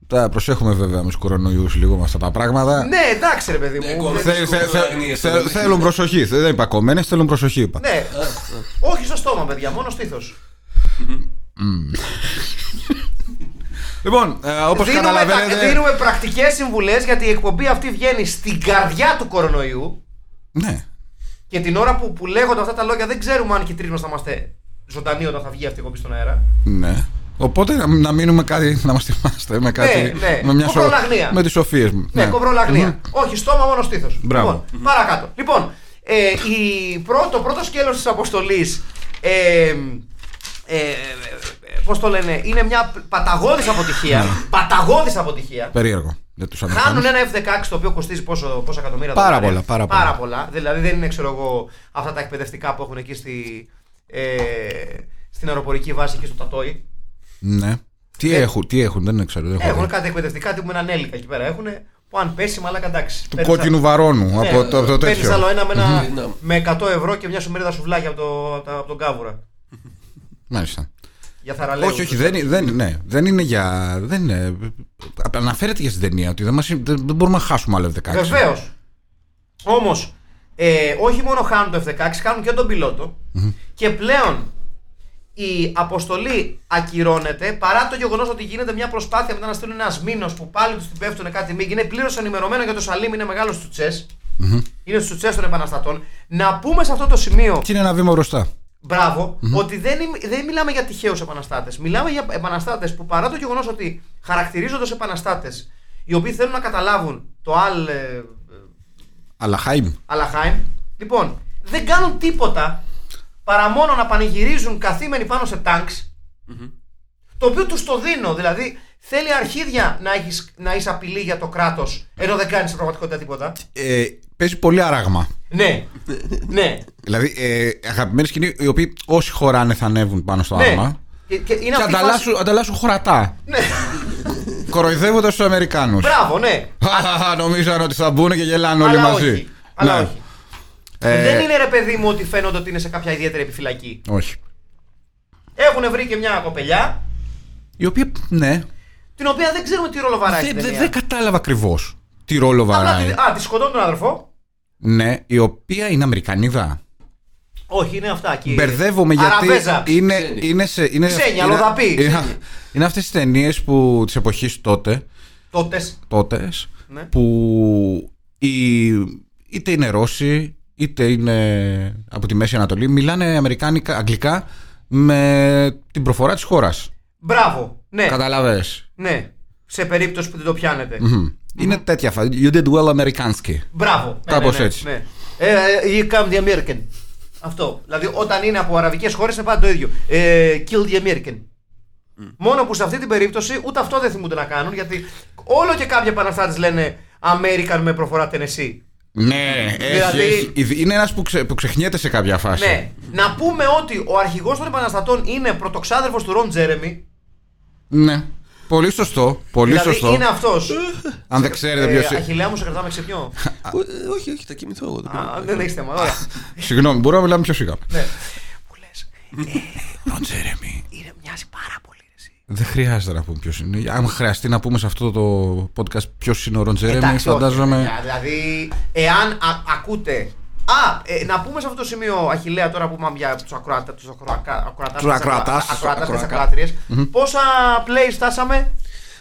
S4: Τα προσέχουμε βέβαια με τους κορονοϊούς λίγο με αυτά τα πράγματα.
S3: Ναι, εντάξει, ρε παιδί μου.
S5: Ναι, εγώ-
S3: Δεν-
S4: Θε- θε- θε- θε- θέλουν προσοχή. Δεν είπα κομμένε, θέλουν προσοχή. Είπα.
S3: Ναι. Όχι στο στόμα, παιδιά, μόνο στήθο.
S4: Λοιπόν, ε, όπως
S3: Δίνουμε, τα-
S4: καταλαβαίνετε.
S3: δίνουμε πρακτικές συμβουλές γιατί η εκπομπή αυτή βγαίνει στην καρδιά του κορονοϊού.
S4: Ναι.
S3: Και την ώρα που, που λέγονται αυτά τα λόγια, δεν ξέρουμε αν και οι τρεις μας θα είμαστε ζωντανοί όταν θα βγει αυτή η εκπομπή στον αέρα.
S4: ναι. Οπότε να, να μείνουμε κάτι, να μας θυμάστε με κάτι.
S3: Ναι, ναι.
S4: Με, μια σο-
S3: Κοπρολαγνία.
S4: με τις σοφίες μου.
S3: Ναι, κομπρολαγνία.
S4: Μμμ.
S3: Όχι, στόμα, μόνο στήθος.
S4: Μπράβο.
S3: Λοιπόν, παρακάτω. Λοιπόν, ε, η πρώτο, το πρώτο σκέλος της αποστολής. Ε, ε, Πώς το λένε, είναι μια παταγώδης αποτυχία.
S4: Ναι.
S3: παταγώδης αποτυχία.
S4: Περίεργο για τους
S3: Χάνουν
S4: Αμερικανού.
S3: ένα F-16 το οποίο κοστίζει πόσο, πόσα εκατομμύρια
S4: Πάρα
S3: δολάρια.
S4: πολλά, πάρα
S3: πάρα
S4: πολλά.
S3: πολλά. Δηλαδή δεν είναι, ξέρω εγώ, αυτά τα εκπαιδευτικά που έχουν εκεί στη, ε, στην αεροπορική βάση και στο Τατόι.
S4: Ναι. Τι,
S3: Ε,
S4: έχουν, τι έχουν, δεν ξέρω. Δεν έχω
S3: Έχουν
S4: δει.
S3: κάτι εκπαιδευτικά τύπου με έναν έλικα εκεί πέρα. Έχουν που αν πέσει, μαλάκα εντάξει.
S4: Του
S3: Παίρνεις-
S4: κόκκινου βαρώνου
S3: ναι,
S4: από το, από το
S3: παίρνεις άλλο
S4: τέτοιο.
S3: ένα με, ένα,
S5: Μμμ. Ναι.
S3: με 100 ευρώ και μια σουμερίδα σουβλάκια από, το, από τα- από τον κάβουρα.
S4: Μάλιστα.
S3: Για θαραλέους.
S4: Όχι, όχι, δεν, δεν, ναι, δεν είναι για. Δεν είναι, αναφέρεται για στην ταινία ότι δεν, μας, δεν δεν μπορούμε να χάσουμε άλλο F16.
S3: Βεβαίως. Όμως, ε, όχι μόνο χάνουν το F16, χάνουν και τον πιλοτο Και πλέον η αποστολή ακυρώνεται παρά το γεγονός ότι γίνεται μια προσπάθεια μετά να στείλουν ένας μήνος που πάλι τους την πέφτουν κάτι μήκη. Είναι πλήρως ενημερωμένο για το Σαλίμ, είναι μεγάλος του τσες. Είναι στους τσες των επαναστατών. Να πούμε σε αυτό το σημείο.
S4: Και είναι ένα βήμα μπροστά.
S3: μπράβο, ότι δεν, είμαι- δεν μιλάμε για τυχαίους επαναστάτες. Μιλάμε για επαναστάτες που παρά το γεγονός ότι χαρακτηρίζονται ως επαναστάτες, οι οποίοι θέλουν να καταλάβουν το Αλ ε,
S4: Αλλά Χάιμ.
S3: Αλαχάιμ, λοιπόν, δεν κάνουν τίποτα παρά μόνο να πανηγυρίζουν καθήμενοι πάνω σε τάγκς το οποίο τους το δίνω. Δηλαδή, θέλει αρχίδια να, έχεις, να είσαι απειλή για το κράτος, ενώ δεν κάνεις στην πραγματικότητα τίποτα.
S4: Ε, παίζει πολύ άραγμα.
S3: Ναι, ναι,
S4: Δηλαδή, ε, αγαπημένοι σκηνή, οι οποίοι όσοι χωράνε θα ανέβουν πάνω στο
S3: ναι.
S4: άρμα.
S3: Και, και είναι
S4: Και
S3: αυτή η φάση-
S4: ανταλλάσσουν, ανταλλάσσουν χωρατά.
S3: Ναι,
S4: Κοροϊδεύοντας τους Αμερικάνους.
S3: μπράβο, ναι.
S4: Χαχαχα, νομίζαν ότι θα μπουν και γελάνε όλοι
S3: Αλλά
S4: μαζί.
S3: όχι. Αλλά
S4: Ναι.
S3: όχι.
S4: Ε,
S3: Δεν είναι ρε παιδί μου ότι φαίνονται ότι είναι σε κάποια ιδιαίτερη επιφυλακή.
S4: όχι.
S3: Έχουν βρει και μια κοπελιά,
S4: Η οποία, ναι,
S3: την οποία δεν ξέρουμε τι ρόλο βαράει.
S4: δεν
S3: στην
S4: δεν-
S3: ταινία.
S4: δεν κατάλαβα ακριβώς τι ρόλο
S3: Απλά
S4: βαράει.
S3: τη- Α, τη σκοτώνει τον άδερφο.
S4: Ναι, η οποία είναι Αμερικανίδα.
S3: Όχι, είναι αυτά εκεί.
S4: Μπερδεύομαι γιατί
S3: Ε, Αραβέζα.
S4: είναι,
S5: Ξένη.
S4: είναι σε. Είναι,
S3: Ξένη,
S4: είναι-
S3: αλλοδαπή, ξένη.
S4: Είναι, είναι αυτές τις ταινίες που της εποχής τότε,
S3: Τότες.
S4: τότες,
S3: Ναι.
S4: που οι, είτε είναι Ρώσοι είτε είναι από τη Μέση Ανατολή μιλάνε Αμερικάνικα, Αγγλικά με την προφορά της χώρας.
S3: Μπράβο. Ναι,
S4: Καταλαβες.
S3: ναι. Σε περίπτωση που δεν το πιάνετε.
S4: Μμμ. Είναι τέτοια φάση. You did well, Americanski.
S3: Μπράβο. Ναι,
S4: Κάπως
S3: ναι, ναι,
S4: έτσι.
S3: Ναι. Ε, ε, you come the American. Αυτό. Δηλαδή όταν είναι από αραβικές χώρες είναι πάντα το ίδιο. Ε, kill the American. Μόνο που σε αυτή την περίπτωση ούτε αυτό δεν θυμούνται να κάνουν γιατί όλο και κάποιοι επαναστάτες λένε American με προφορά Tennessee.
S4: Ναι, έχει,
S3: Δηλαδή-
S4: έχει. είναι ένας που, ξε, που ξεχνιέται σε κάποια φάση.
S3: Ναι. Να πούμε ότι ο αρχηγός των επαναστατών είναι πρωτοξάδερφος του Ρον Τζέρεμι.
S4: Ναι. Πολύ σωστό. Πολύ
S3: Δηλαδή
S4: σωστό.
S3: είναι αυτός. Ε,
S4: Αν δεν ξέρετε ποιος... είναι.
S3: Αχιλέα μου σε κρατάμε ξεπνιό.
S5: Ο- ε, Όχι, όχι, θα κοιμηθώ εγώ. δεν
S3: Α,
S5: πρόβλημα.
S3: Δεν έχεις θέμα. Ωραία.
S4: Συγγνώμη, μπορούμε να μιλάμε πιο σιγά.
S3: Ναι. Μου λε,
S4: Ο Τζέρεμι.
S3: είναι μοιάζει πάρα πολύ. ρε εσύ.
S4: Δεν χρειάζεται να πούμε ποιος είναι. Αν χρειαστεί να πούμε σε αυτό το podcast ποιος είναι ο Ρον Τζέρεμι,
S3: Εντάξει, όχι,
S4: φαντάζομαι.
S3: παιδιά, δηλαδή, εάν α- ακούτε. Α, ε, να πούμε σε αυτό το σημείο, Αχηλέα, τώρα που είπαμε για τους ακροατέ, του
S4: Τους ακροατάς, τους
S3: ακροατέ, τις
S4: ακροακά.
S3: ακροάτριε. Πόσα play φτάσαμε.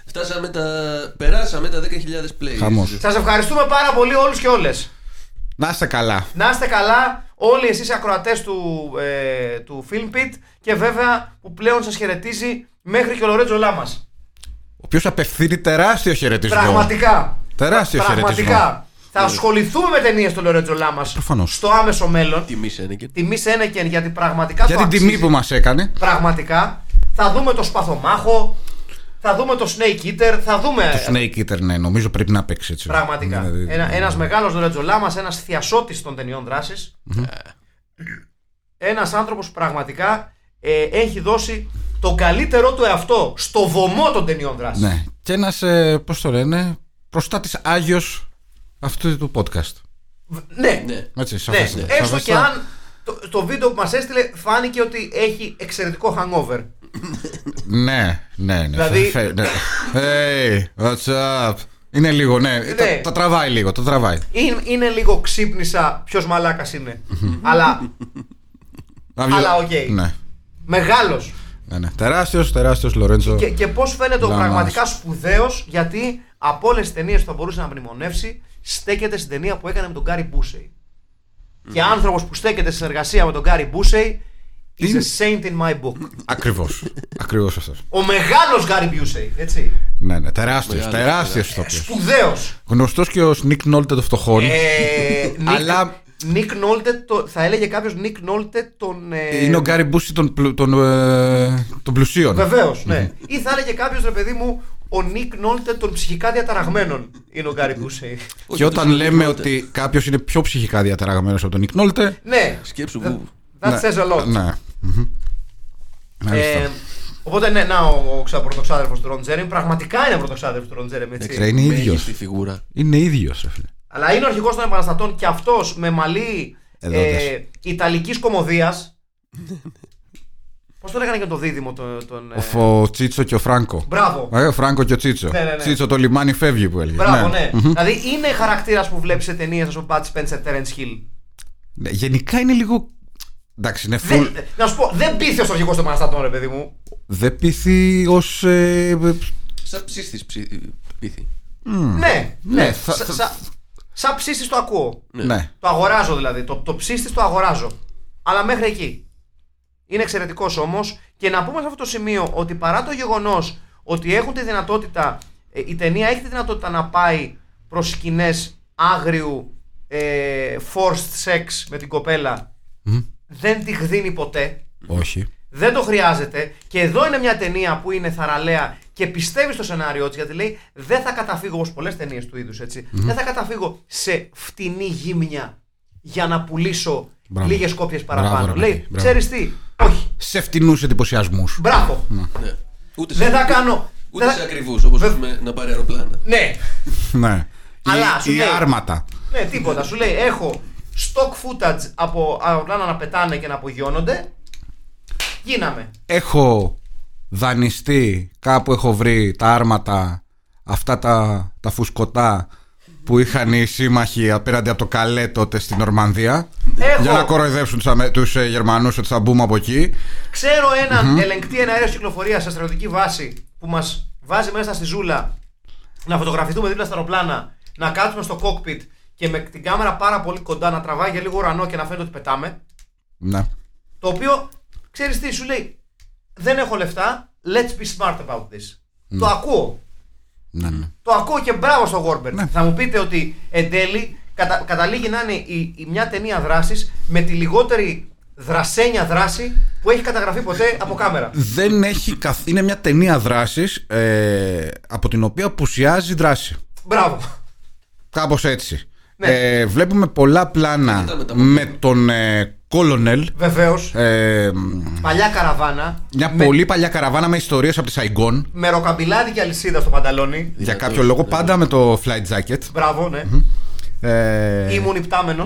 S5: Φτάσαμε τα. Περάσαμε τα 10.000 plays.
S4: Χαμός.
S3: Σας ευχαριστούμε πάρα πολύ όλους και όλες.
S4: Να είστε καλά.
S3: Να είστε καλά, όλοι εσείς οι ακροατές του, ε, του Film Pit και βέβαια που πλέον σας χαιρετίζει μέχρι και ο Λορέτζο Λάμας.
S4: Ο οποίος απευθύνει τεράστιο χαιρετισμό.
S3: Πραγματικά.
S4: Τεράστιο χαιρετισμό. Ε.
S3: Πραγματικά. Θα ασχοληθούμε με ταινίες του Λορέτζο Λάμας
S4: Προφανώς.
S3: στο άμεσο μέλλον.
S5: Τιμή Σένεκεν.
S3: Τιμή Σένεκεν γιατί πραγματικά
S4: Για
S3: το
S4: την τιμή
S3: αξίζει.
S4: που μας έκανε.
S3: Πραγματικά. Θα δούμε το Σπαθομάχο. Θα δούμε το Snake Eater. Θα δούμε.
S4: Το Snake Eater, ναι, νομίζω πρέπει να παίξει έτσι.
S3: Ε, Πραγματικά.
S4: Δηλαδή,
S3: Ένα, ένας μεγάλος Ρετζολάμας, ένας θειασότης των ταινιών δράσης. ένας άνθρωπος που πραγματικά ε, έχει δώσει τον καλύτερό του εαυτό στο βωμό των ταινιών δράσης.
S4: Ναι. Και ένας, πώς το λένε, προστάτης Άγιος αυτού του podcast.
S3: Β- Ναι.
S5: Ναι.
S4: Έτσι,
S3: Ναι.
S4: σαφέστατα.
S3: Έστω και
S4: Σαφέστατα.
S3: αν το, το βίντεο που μας έστειλε φάνηκε ότι έχει εξαιρετικό hangover.
S4: Ναι, ναι, ναι.
S3: Δηλαδή-
S4: Φε- ναι. Hey, what's up? Είναι λίγο, ναι. Τα, τα τραβάει λίγο, τα τραβάει.
S3: Είναι, είναι λίγο ξύπνησα ποιος μαλάκας είναι. Αλλά
S4: Να βγει-
S3: Αλλά οκ.
S4: Ναι,
S3: μεγάλος.
S4: ναι, ναι. Τεράστιος, τεράστιος Λορέντζο.
S3: Και, και πώς φαίνεται ο
S4: Λαμάς.
S3: πραγματικά σπουδαίος, γιατί από όλες τις ταινίες που θα μπορούσε να μνημονεύσει, στέκεται στην ταινία που έκανε με τον Γκάρι Μπούσεϊ. Και άνθρωπος που στέκεται σε συνεργασία με τον Γκάρι Μπούσεϊ is a
S4: Είναι-
S3: saint in my book.
S4: Ακριβώς. Ακριβώς αυτός.
S3: Ο μεγάλος Γκάρι Μπούσεϊ, έτσι.
S4: Ναι, ναι. Τεράστιος,
S5: Μεγάλος,
S4: τεράστιος ηθοποιός.
S3: Σπουδαίος.
S4: Γνωστός και ως Νίκ Νόλτε των φτωχών.
S3: Ε, Nick-
S4: Αλλά-
S3: Nick Nolte, το- θα έλεγε κάποιος Νίκ Νόλτε τον. Ε,
S4: Είναι ο Γκάρι Μπούση των, πλου- των, ε, των πλουσίων.
S3: Βεβαίως, ναι. Ή θα έλεγε κάποιος, ρε παιδί μου, ο Νίκ Νόλτε των ψυχικά διαταραγμένων. Είναι ο Γκάρι Μπούσεϊ.
S4: Και όταν λέμε ότι κάποιος είναι πιο ψυχικά διαταραγμένος από τον Νικ Νόλτε.
S3: ναι.
S5: Σκέψου που.
S3: That
S4: ναι,
S3: says a lot.
S4: Ναι. Μμμ. Μάλιστα.
S3: Ε, οπότε ναι, να ο, ο ξα- πρωτοξάδερφος του Ρον Τζέρεμι. Πραγματικά είναι πρωτοξάδερφος του Ρον Τζέρεμι. έτσι.
S4: Ρε, είναι ίδιο.
S5: Μέγιστη φιγούρα.
S4: Είναι ίδιος, φίλε.
S3: Αλλά είναι ο αρχηγός των επαναστατών και αυτός με μαλλί
S4: Εδώτες.
S3: ε, Ιταλικής κομμωδίας. Πώς το λέγανε και το δίδυμο τον... τον ε,
S4: Ο Φο- ο Τσίτσο και ο Φράγκο.
S3: Μπράβο.
S4: Ε, ο Φράγκο και ο Τσίτσο.
S3: Ναι, ναι, ναι.
S4: Τσίτσο το λιμάνι φεύγει που έλεγε.
S3: Μπράβο, ναι. Δηλαδή είναι χαρακτήρας που βλέπεις σε ταινίες ας πούμε Bud Spencer, Terence Hill.
S4: Ναι, Γενικά είναι λίγο. Εντάξει, είναι full.
S3: Δεν, να σου πω, δεν πείθε ο αρχηγός των επαναστατών, ρε παιδί μου.
S4: Δεν πείθει ως. ε,
S5: Σαν ψήστη πίθη.
S3: Ναι, ναι.
S4: Ναι, θα-
S3: Σα-
S4: θα-
S3: σα- Σαν ψήστης το ακούω.
S4: ναι.
S3: Το αγοράζω δηλαδή. Το, το ψήστη το αγοράζω. Αλλά μέχρι εκεί. Είναι εξαιρετικός όμως. Και να πούμε σε αυτό το σημείο ότι παρά το γεγονός ότι έχουν τη δυνατότητα, ε, η ταινία έχει τη δυνατότητα να πάει προς σκηνές άγριου ε, forced sex με την κοπέλα, δεν τη γδίνει ποτέ.
S4: Όχι.
S3: Δεν το χρειάζεται. Και εδώ είναι μια ταινία που είναι θαραλέα και πιστεύεις στο σενάριό της γιατί λέει δεν θα καταφύγω όπως πολλές ταινίες του είδους έτσι. Δεν θα καταφύγω σε φτηνή γύμνια για να πουλήσω
S4: Μπράβο.
S3: λίγες κόπιες παραπάνω.
S4: Μπράβο, ρε
S3: λέει,
S4: παιδί, μπράβο.
S3: ξέρεις τι, όχι.
S4: Σε φτηνούς εντυπωσιασμούς.
S3: Μπράβο.
S5: Ναι. Ούτε
S3: Δεν
S5: σε-
S3: θα κάνω.
S5: Ούτε
S3: δεν
S5: σε
S3: θα-
S5: ακριβούς, όπως
S3: Βε-
S5: πούμε να πάρει αεροπλάνα.
S3: Ναι,
S4: Ναι.
S3: Αλλά,
S4: Ή-
S3: σου
S4: ή
S3: λέει-
S4: άρματα.
S3: ναι, τίποτα. Σου λέει, έχω stock footage από αεροπλάνα να πετάνε και να απογειώνονται. Γίναμε.
S4: Έχω δανειστεί, κάπου έχω βρει τα άρματα, αυτά τα, τα φουσκωτά που είχαν οι σύμμαχοι απέναντι από το Καλέ τότε στην Ορμανδία.
S3: Έχω.
S4: Για να κοροϊδεύσουν τους, Αμε- τους ε, Γερμανούς ότι θα μπούμε από εκεί.
S3: Ξέρω έναν ελεγκτή εναέρειας κυκλοφορία σε στρατιωτική βάση που μας βάζει μέσα στη ζούλα να φωτογραφηθούμε δίπλα στα αεροπλάνα, να κάτσουμε στο cockpit και με την κάμερα πάρα πολύ κοντά να τραβάει για λίγο ουρανό και να φαίνεται ότι πετάμε.
S4: Ναι.
S3: Το οποίο ξέρεις τι σου λέει. Δεν έχω λεφτά. Let's be smart about this. Το ακούω.
S4: ναι, ναι.
S3: Το ακούω και μπράβο στο Γόρμπερ.
S4: Ναι.
S3: Θα μου πείτε ότι εν τέλει κατα, καταλήγει να είναι η, η μια ταινία δράσης με τη λιγότερη δρασένια δράση που έχει καταγραφεί ποτέ από κάμερα.
S4: Δεν έχει καθ... Είναι μια ταινία δράσης ε, από την οποία πουσιάζει δράση.
S3: Μπράβο.
S4: Κάπως έτσι.
S3: Ναι.
S4: Ε, βλέπουμε πολλά
S5: Κοιτάμε
S4: πλάνα
S5: τα μάτια.
S4: με τον ε, Κόλονελ.
S3: Βεβαίως.
S4: Ε,
S3: Παλιά καραβάνα.
S4: μια
S3: με,
S4: πολύ παλιά καραβάνα με ιστορίες από τη Σαϊγκόν.
S3: με ροκαμπιλάδικη αλυσίδα στο πανταλόνι.
S4: Για
S5: Δυνατός,
S4: κάποιο λόγο
S5: ναι.
S4: πάντα με το flight jacket.
S3: Μπράβο, ναι.
S4: Ε,
S3: Ήμουν υπτάμενος.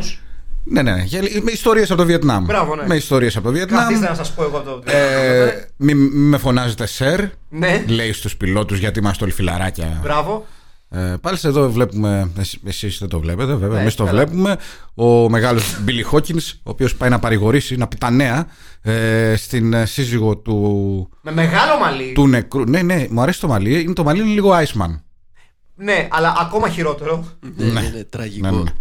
S4: ναι, ναι, ναι. Γελ- Με ιστορίες από το Βιετνάμ.
S3: Μπράβο, ναι.
S4: Με ιστορίες από το Βιετνάμ.
S3: Καθίστε να σας πω εγώ από το.
S4: Ε, μη, μη με φωνάζετε σερ.
S3: ναι,
S4: Λέει στους πιλότους γιατί είμαστε όλοι φιλαράκια.
S3: μπράβο.
S4: Ε, πάλι σε εδώ βλέπουμε. Εσείς δεν το βλέπετε, βέβαια.
S3: Ναι,
S4: Εμείς το
S3: καλά.
S4: βλέπουμε. Ο μεγάλος Billy Hawkins, ο οποίος πάει να παρηγορήσει, να πει τα νέα ε, στην ε, σύζυγο του,
S3: Με μεγάλο μαλλί.
S4: του νεκρού. Ναι, ναι, μου αρέσει το μαλλί. Είναι το μαλλί είναι λίγο Iceman.
S3: Ναι, αλλά ακόμα χειρότερο.
S5: Ναι, ναι, ναι, τραγικό.
S4: Ναι, ναι.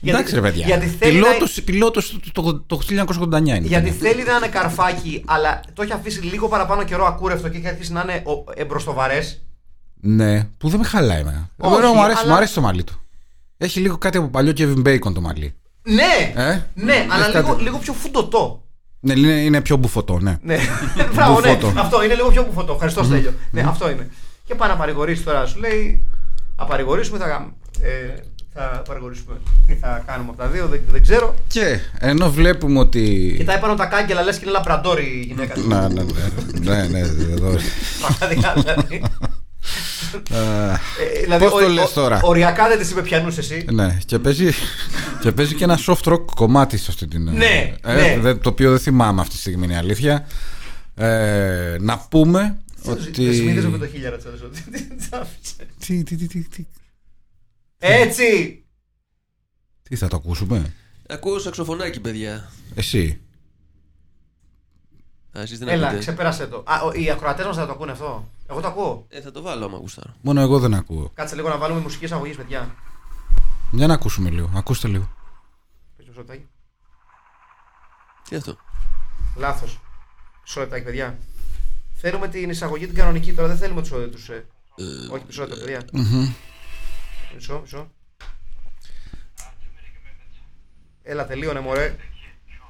S3: Γιατί-
S4: Εντάξει, ρε παιδιά.
S3: γιατί θέλει
S4: πιλότος, πιλότος του- το, το, 1989 είναι.
S3: Γιατί
S4: το-
S3: θέλει να είναι καρφάκι, αλλά το έχει αφήσει λίγο παραπάνω καιρό ακούρευτο και έχει αρχίσει να είναι ο- εμπροστοβαρέ.
S4: Ναι, που δεν με χαλάει εμένα.
S3: Όχι,
S4: Εμένα μου, αρέσει,
S3: αλλά-
S4: μου αρέσει το μαλλί του. Έχει λίγο κάτι από παλιό Kevin Bacon το μαλλί.
S3: Ναι!
S4: Ε?
S3: Ναι, αλλά
S4: Έχει κάτι-
S3: λίγο, λίγο πιο φουντοτό.
S4: Ναι, είναι, είναι πιο μπουφωτό, ναι.
S3: Ναι, μπράβο, ναι.
S4: Μπουφότο.
S3: Αυτό είναι λίγο πιο κουφωτό. Χριστό τέλειο. Ναι, αυτό είναι. Και πάει να παρηγορήσεις τώρα, σου λέει. Θα παρηγορήσουμε, θα, γαμ- ε, θα παρηγορήσουμε. Τι θα κάνουμε από τα δύο, δεν, δεν ξέρω.
S4: Και ενώ βλέπουμε ότι.
S3: Κοιτάει πάνω τα κάγκελα, λες και είναι λαμπραντόρη η γυναίκα.
S4: Ναι, ναι, ναι. ναι, ναι, εδώ.
S3: Πραγματικά δηλαδή.
S4: Ε,
S3: Ε, δηλαδή,
S4: Πώς το
S3: ο-
S4: λες
S3: ο-
S4: τώρα?
S3: Οριακά δεν τη είπε πιανούς εσύ.
S4: ναι, και παίζει, και παίζει και ένα soft rock κομμάτι σε αυτή την.
S3: Ναι,
S4: ε,
S3: ναι.
S4: δε- το οποίο δεν θυμάμαι αυτή τη στιγμή, είναι η αλήθεια. Ε, να πούμε
S3: Τη
S4: ότι. Ναι.
S3: συνήθιζε με το χίλιαρα της άλλης, ότι την άφησε.
S4: Τι, τι, τι, τι, τι,
S3: Έτσι!
S4: τι θα το ακούσουμε,
S5: Ακούω σαξοφωνάκι, παιδιά.
S4: εσύ.
S5: Α, εσείς
S4: Ναι,
S5: δεν
S3: Έλα,
S5: ακούτε.
S3: ξεπέρασε το. Α, ο- οι ακροατές μας θα το ακούνε αυτό. Εγώ το ακούω.
S5: Ε, θα το βάλω άμα γουστάρω.
S4: Μόνο εγώ δεν ακούω.
S3: Κάτσε λίγο να βάλουμε μουσική εισαγωγή, παιδιά.
S4: Για να ακούσουμε λίγο. Ακούστε λίγο.
S3: Πες μισό λεπτάκι.
S5: Τι αυτό.
S3: Λάθος. Μισό λεπτάκι, παιδιά. Θέλουμε την εισαγωγή την κανονική τώρα, δεν θέλουμε τους. Τους, ε, όχι, μισό λεπτό, παιδιά. Μισό, μισό. Έλα, τελείωνε, μωρέ.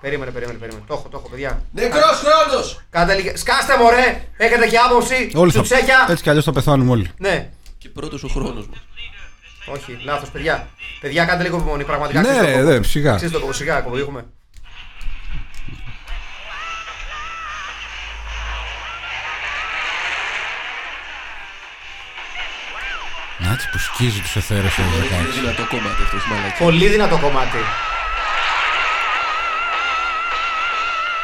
S3: Περίμενε, περίμενε, περίμενε. Το έχω, το έχω, παιδιά.
S5: Νεκρό χρόνο!
S3: Κάντε λίγε. Σκάστε, μωρέ! Έχετε και άποψη!
S4: Όλοι θα...
S3: Τσουτσέκια!
S4: Έτσι κι αλλιώς θα πεθάνουμε όλοι.
S3: Ναι,
S5: Και πρώτος ο χρόνος μου.
S3: όχι, λάθος, παιδιά. Παιδιά, κάντε λίγο υπομονή, πραγματικά.
S4: ναι,
S3: αξίζει το
S4: ρε,
S3: κόπο.
S4: δε, ψυχά.
S3: Αξίζει το κόπο, σιγά, κοποδίχουμε.
S4: Να έτσι που σκίζει τους εθέρες ο
S5: Είναι
S4: 16.
S5: δυνατό κομμάτι αυτός, μαλάκι.
S3: Πολύ δυνατό κομμάτι.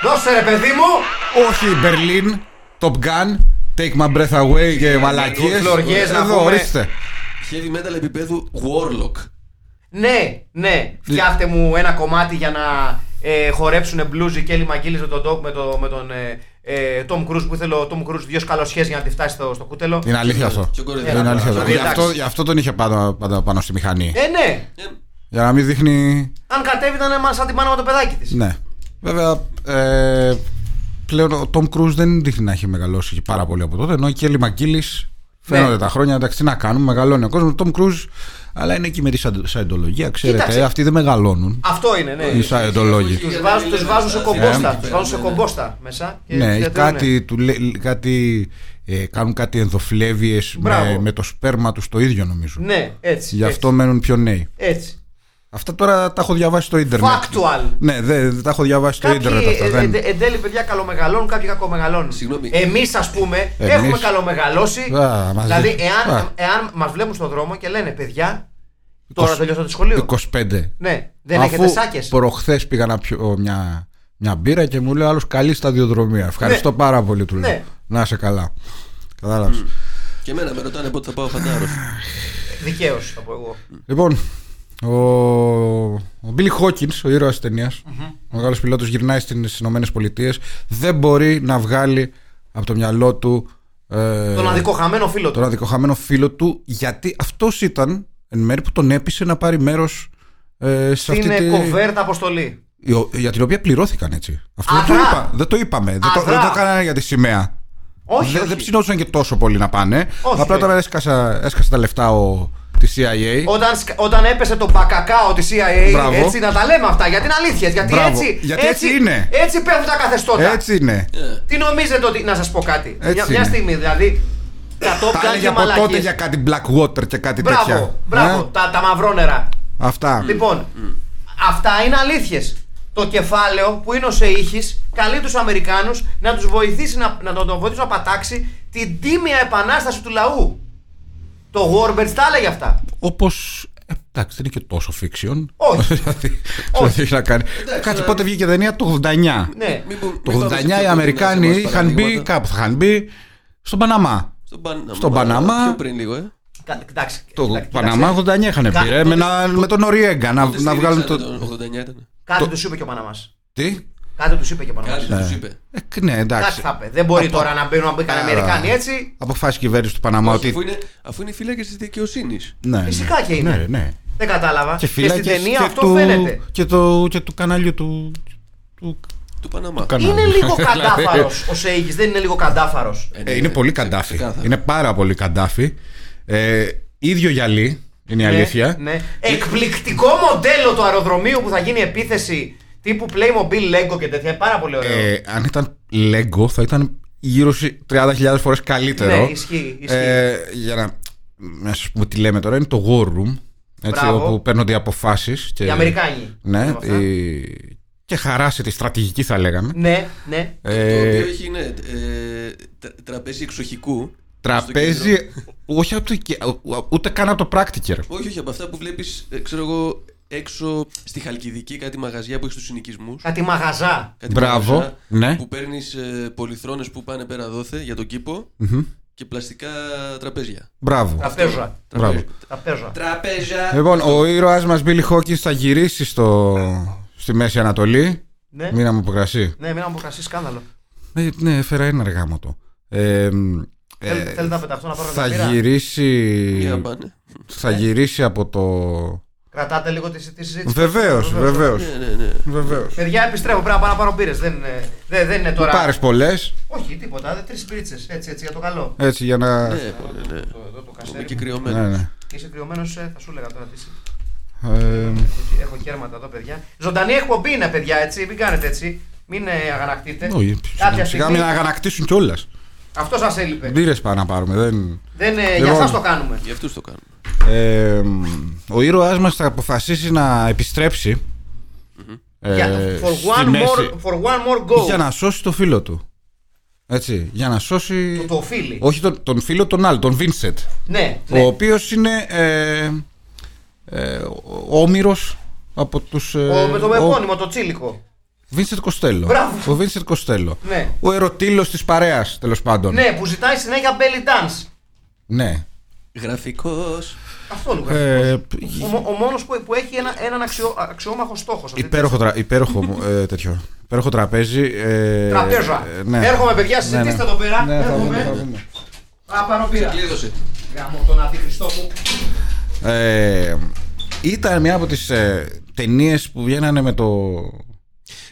S3: Δώσε ρε παιδί μου!
S4: Όχι, Berlin, Top Gun, Take My Breath Away
S3: Ναι,
S4: και μαλακίες.
S3: φλωριές να
S4: Εδώ,
S3: πούμε.
S4: ορίστε.
S5: Heavy metal επίπεδου Warlock.
S3: Ναι, ναι, φτιάχτε μου ένα κομμάτι για να ε, χορέψουν μπλούζι και Έλλη Μαγκίλης με τον, Doc- με το- με τον ε, ε, Tom Cruise που ήθελε ο Tom Cruise δύο σκαλοσιές για να τη φτάσει στο, στο κούτελο.
S4: Είναι αλήθεια αυτό.
S5: Πιο κοροϊδεύει.
S4: Είναι αλήθεια αυτό.
S3: Ε, Εντάξει.
S4: Γι' αυτό. Γι' αυτό τον είχε πάντα, πάντα πάνω στη μηχανή.
S3: Ε, ναι,
S5: Ε,
S4: Για να μην δείχνει.
S3: αν κατέβη ήταν σαν την μάνα με το παιδάκι της.
S4: Ναι. Βέβαια. Ε, πλέον ο Τόμ Κρούζ δεν δείχνει να έχει μεγαλώσει πάρα πολύ από τότε. Ενώ η Κέλλη Μαγκίλη φαίνονται
S3: Ναι.
S4: τα χρόνια. Εντάξει, τι να κάνουμε, μεγαλώνει ο κόσμος. Ο Τόμ Κρούζ, αλλά είναι εκεί με τη σαν- σαϊντολογία, ξέρετε.
S3: Κοίταξε.
S4: Αυτοί δεν μεγαλώνουν.
S3: Αυτό είναι, ναι.
S4: Οι
S5: ε,
S4: σαϊντολόγοι.
S3: Τους βάζουν, τους βάζουν σε κομπόστα. Τους βάζουν σε κομπόστα μέσα. και τους
S4: Ναι, ή
S3: διατηρούν.
S4: κάτι, του, λέ- κάτι ε, κάνουν κάτι ενδοφλέβιες με,
S3: Μπράβο.
S4: με το σπέρμα τους το ίδιο νομίζω.
S3: Ναι, έτσι.
S4: Γι' αυτό
S3: έτσι,
S4: μένουν πιο νέοι.
S3: Έτσι.
S4: Αυτά τώρα τα έχω διαβάσει στο ίντερνετ.
S3: Factual.
S4: Ναι, δεν δεν τα έχω διαβάσει στο
S3: Κάποιοι
S4: ίντερνετ αυτά.
S3: ε,
S4: δεν...
S3: ε, εν τέλει παιδιά καλομεγαλώνουν, κάποιοι κακομεγαλώνουν.
S5: Συγγνώμη.
S3: Εμείς, ας πούμε,
S4: Εμείς.
S3: έχουμε καλομεγαλώσει.
S4: Α, μαζί.
S3: δηλαδή, εάν,
S4: Α.
S3: εάν μας βλέπουν στον δρόμο και λένε παιδιά, τώρα
S4: 20
S3: τελειώσατε το σχολείο.
S4: 25.
S3: Ναι, δεν
S4: Αφού
S3: έχετε σάκες.
S4: προχθές πήγα να πιω μια, μια μπύρα και μου λέει άλλος καλή σταδιοδρομία. Ευχαριστώ πάρα πολύ του λέω.
S3: Ναι.
S4: Να είσαι καλά. Κατάλαβες.
S5: Και εμένα με ρωτάνε πότε θα πάω φαντάρο.
S3: Δικαίως, θα πω εγώ.
S4: Λοιπόν, ο, ο Billy Hawkins, ο ήρωας της ταινιας ο μεγάλος πιλότος γυρνάει στις Ηνωμένες Πολιτείες, δεν μπορεί να βγάλει από το μυαλό του ε,
S3: Τον αδικοχαμένο φίλο
S4: τον
S3: του.
S4: αδικοχαμένο φίλο του, γιατί αυτός ήταν εν μέρει που τον έπεισε να πάρει μέρος ε, σε
S3: Στην
S4: αυτή
S3: ε,
S4: τη...
S3: κοβέρτα αποστολή.
S4: η- για την οποία πληρώθηκαν έτσι. Αυτό δεν
S3: Αδρά.
S4: το, είπα, δεν το είπαμε. Δεν το,
S3: Αδρά.
S4: δεν το έκαναν για τη σημαία.
S3: Όχι,
S4: δεν,
S3: όχι.
S4: δεν ψινόντουσαν και τόσο πολύ να πάνε.
S3: Όχι,
S4: Απλά
S3: όχι.
S4: τώρα έσκασα, έσκασε τα λεφτά ο, τη CIA.
S3: Όταν, σκα- όταν έπεσε το μπακακάο της CIA,
S4: Μπράβο.
S3: έτσι να τα λέμε αυτά. Γιατί είναι αλήθεια. Γιατί,
S4: Μπράβο.
S3: έτσι,
S4: Γιατί έτσι είναι.
S3: Έτσι πέφτουν τα καθεστώτα.
S4: Έτσι είναι.
S3: Τι νομίζετε ότι. Να σας πω κάτι.
S4: Έτσι
S3: Μια, μια
S4: είναι.
S3: στιγμή δηλαδή. Τα top
S4: Τα
S3: gun
S4: έλεγε
S3: και
S4: από τότε
S3: μαλακίες.
S4: για κάτι Blackwater και κάτι τέτοια.
S3: Μπράβο, μπράβο.
S4: Ε,
S3: Τα, τα μαυρόνερα.
S4: Αυτά.
S3: Λοιπόν, αυτά είναι αλήθειες. Το κεφάλαιο που είναι ο Σεήχη καλεί τους Αμερικάνους να τους βοηθήσει να, να τον, τον βοηθήσουν να πατάξει την τίμια επανάσταση του λαού. Το Warberts τα έλεγε αυτά.
S4: Όπως. ε, Εντάξει, δεν είναι και τόσο fiction.
S3: Όχι. ε.
S4: Δηλαδή, δηλαδή, έχει να κάνει. Κάτσε, πότε βγήκε η ταινία το 89.
S3: Ναι.
S4: Το 89 οι Αμερικάνοι είχαν μπει κάπου, θα είχαν μπει στον Παναμά.
S5: Στον Παναμά.
S4: στον Παναμά.
S5: Πιο πριν λίγο, ε.
S3: Κα- Κοιτάξτε.
S4: Το
S3: Ναι, κοιτάξτε,
S4: Παναμά 89 είχαν
S3: Κα-
S4: μπει. ρε, με, να- με τον Οριέγκα να,
S5: Τότε
S4: να βγάλουν
S5: στηρίξανε
S4: το.
S5: τον 89 ήταν.
S3: Κάτι τους είπε και ο Παναμάς.
S4: Τι.
S3: Κάτι τους είπε και ο Παναμά.
S5: Κάτι τους είπε.
S4: Ε, ναι,
S3: Κάτι
S4: εντάξει.
S3: θα είπε. Δεν μπορεί
S4: Από-
S3: τώρα να μπαίνουν να μπήκαν
S4: Α,
S3: Αμερικάνοι έτσι.
S4: Αποφάσισε η κυβέρνηση του Παναμά
S5: Όχι, Αφού
S4: ότι.
S5: είναι, αφού είναι φύλακες της δικαιοσύνης.
S4: Ναι, ναι.
S3: Φυσικά και είναι.
S4: Ναι, ρε, ναι.
S3: Δεν κατάλαβα.
S4: Και
S3: Και,
S4: φύλακες
S3: στην ταινία
S4: και
S3: αυτό
S4: του-
S3: φαίνεται.
S4: Και, το, και του κανάλιου του. του
S5: Του Παναμά.
S4: κανάλι.
S3: Είναι λίγο καντάφαρος ο Σέικη, δεν είναι λίγο καντάφαρος.
S4: Ε, ναι. είναι πολύ καντάφι.
S5: ναι, ξεκάθαρα.
S4: Είναι πάρα πολύ καντάφι. Ε, ίδιο γυαλί είναι η αλήθεια.
S3: Ναι. Εκπληκτικό μοντέλο του αεροδρομίου που θα γίνει επίθεση τύπου Playmobil, Lego και τέτοια. Πάρα πολύ ωραίο. Ναι,
S4: Ε, αν ήταν Lego θα ήταν γύρω στι 30.000 φορές καλύτερο.
S3: Ναι, ισχύει, ισχύει.
S4: Ε, για να, να σας πούμε τι λέμε τώρα, είναι το War Room, έτσι,
S3: Μπράβο.
S4: όπου παίρνονται οι αποφάσεις. Και,
S3: Οι Αμερικάνοι.
S4: Ναι,
S3: κάνουν αυτά.
S4: η- και χαράσε τη στρατηγική θα λέγαμε.
S3: ναι, ναι.
S5: Το
S4: Ε,
S5: οποίο έχει, ναι, ε, τρα- τραπέζι εξοχικού. στο κέντρο.
S4: τραπέζι, όχι από το, οικε- ούτε καν από το practicer.
S5: Όχι, όχι, από αυτά που βλέπεις, ξέρω εγώ, έξω στη Χαλκιδική, κάτι μαγαζιά που έχεις τους συνοικισμούς.
S3: Κάτι μαγαζά.
S5: Κάτι
S4: Μπράβο,
S5: μαγαζιά
S4: ναι.
S5: Που παίρνεις ε, πολυθρόνες που πάνε πέρα δόθε για τον κηπο και πλαστικά τραπέζια.
S4: Μπράβο.
S3: Τραπέζα.
S4: Μπράβο.
S3: Τραπέζα.
S5: Τραπέζα!
S4: Λοιπόν, ο ήρωας μας Billy Hawkins θα γυρίσει στο... στη Μέση Ανατολή.
S3: Ναι,
S4: Μήνα μου αποκρασί.
S3: ναι, μήνα μου προκασί σκάνδαλο.
S4: Ε, ναι, έφερα ένα αργά το. Ε, μ, ε,
S3: Θέλ- Θέλετε να πεταχτώ να πάρω
S4: θα
S3: μια πύρα.
S4: γυρίσει,
S5: Για να πάνε.
S4: θα γυρίσει από το...
S3: Κρατάτε λίγο τη, τη συζήτηση.
S4: Βεβαίως, βεβαίως,
S5: Ναι, ναι, ναι.
S4: βεβαίως.
S3: Παιδιά, επιστρέφω. Πρέπει να πάω να πάρω μπύρε. Δεν, είναι- δεν, δεν είναι τώρα.
S4: Πάρες πολλές,
S3: Όχι, τίποτα. Δεν τρει πίτσε. Έτσι, έτσι, για το καλό.
S4: έτσι για να...
S5: Ναι, ναι, ναι.
S3: Εδώ το
S5: Είμαι
S3: καστέρι.
S5: και
S3: μου.
S5: κρυωμένος.
S4: Ναι, ναι.
S3: Είσαι κρυωμένος, θα σου έλεγα τώρα τι είσαι.
S4: Ε,
S3: Έχω κέρματα εδώ, παιδιά. Ζωντανή εκπομπή είναι, παιδιά, έτσι. Μην κάνετε έτσι. Μην ε, αγανακτείτε.
S4: όχι,
S3: Κάποια
S4: σιγά
S3: στιγμή.
S4: μην αγανακτήσουν κιόλας.
S3: Αυτός σας έλειπε.
S4: Μπύρες πάμε να πάρουμε, δεν...
S3: Δεν, ε,
S4: Λοιπόν.
S3: Για σας το κάνουμε.
S5: Γι' αυτούς το κάνουμε.
S4: Ε, ο ήρωάς μας θα αποφασίσει να επιστρέψει ε,
S3: Για- for,
S4: στη
S3: one
S4: μέση,
S3: more, for one more go.
S4: για να σώσει το φίλο του. Έτσι, για να σώσει...
S3: Το, το οφείλει.
S4: Όχι τον, τον φίλο τον άλλο, τον Βίνσετ.
S3: Ναι,
S4: Ο
S3: ναι.
S4: οποίος είναι ε, ε, ο- όμηρος από τους... ε,
S3: Ο, με το
S4: ο-
S3: επώνυμο, το τσίλικο.
S4: Βίνσετ Κοστέλο.
S3: Μπράβο.
S4: Ο Βίνσετ Κοστέλο.
S3: Ναι.
S4: Ο ερωτήλος της παρέας, τέλος πάντων.
S3: Ναι, που ζητάει συνέχεια belly dance.
S4: Ναι.
S5: Γραφικός.
S3: Αυτό λίγο.
S4: Ε,
S3: Ο, μο- ο μόνος που, που έχει ένα, έναν αξιό, αξιόμαχος στόχος.
S4: υπέροχο, τρα- υπέροχο ε, τέτοιο. Υπέροχο τραπέζι. Ε,
S3: Τραπέζα.
S4: ε, ναι.
S3: Έρχομαι, παιδιά, συζητήστε εδώ πέρα.
S4: Ναι, θα
S3: Έρχομαι.
S4: δούμε, θα δούμε.
S3: Α, πάρω πήρα.
S5: Κλείδωσε.
S3: Γάμο τον αντιχριστό μου.
S4: Ε, ήταν μια από τις ε, ταινίες που βγαίνανε με το,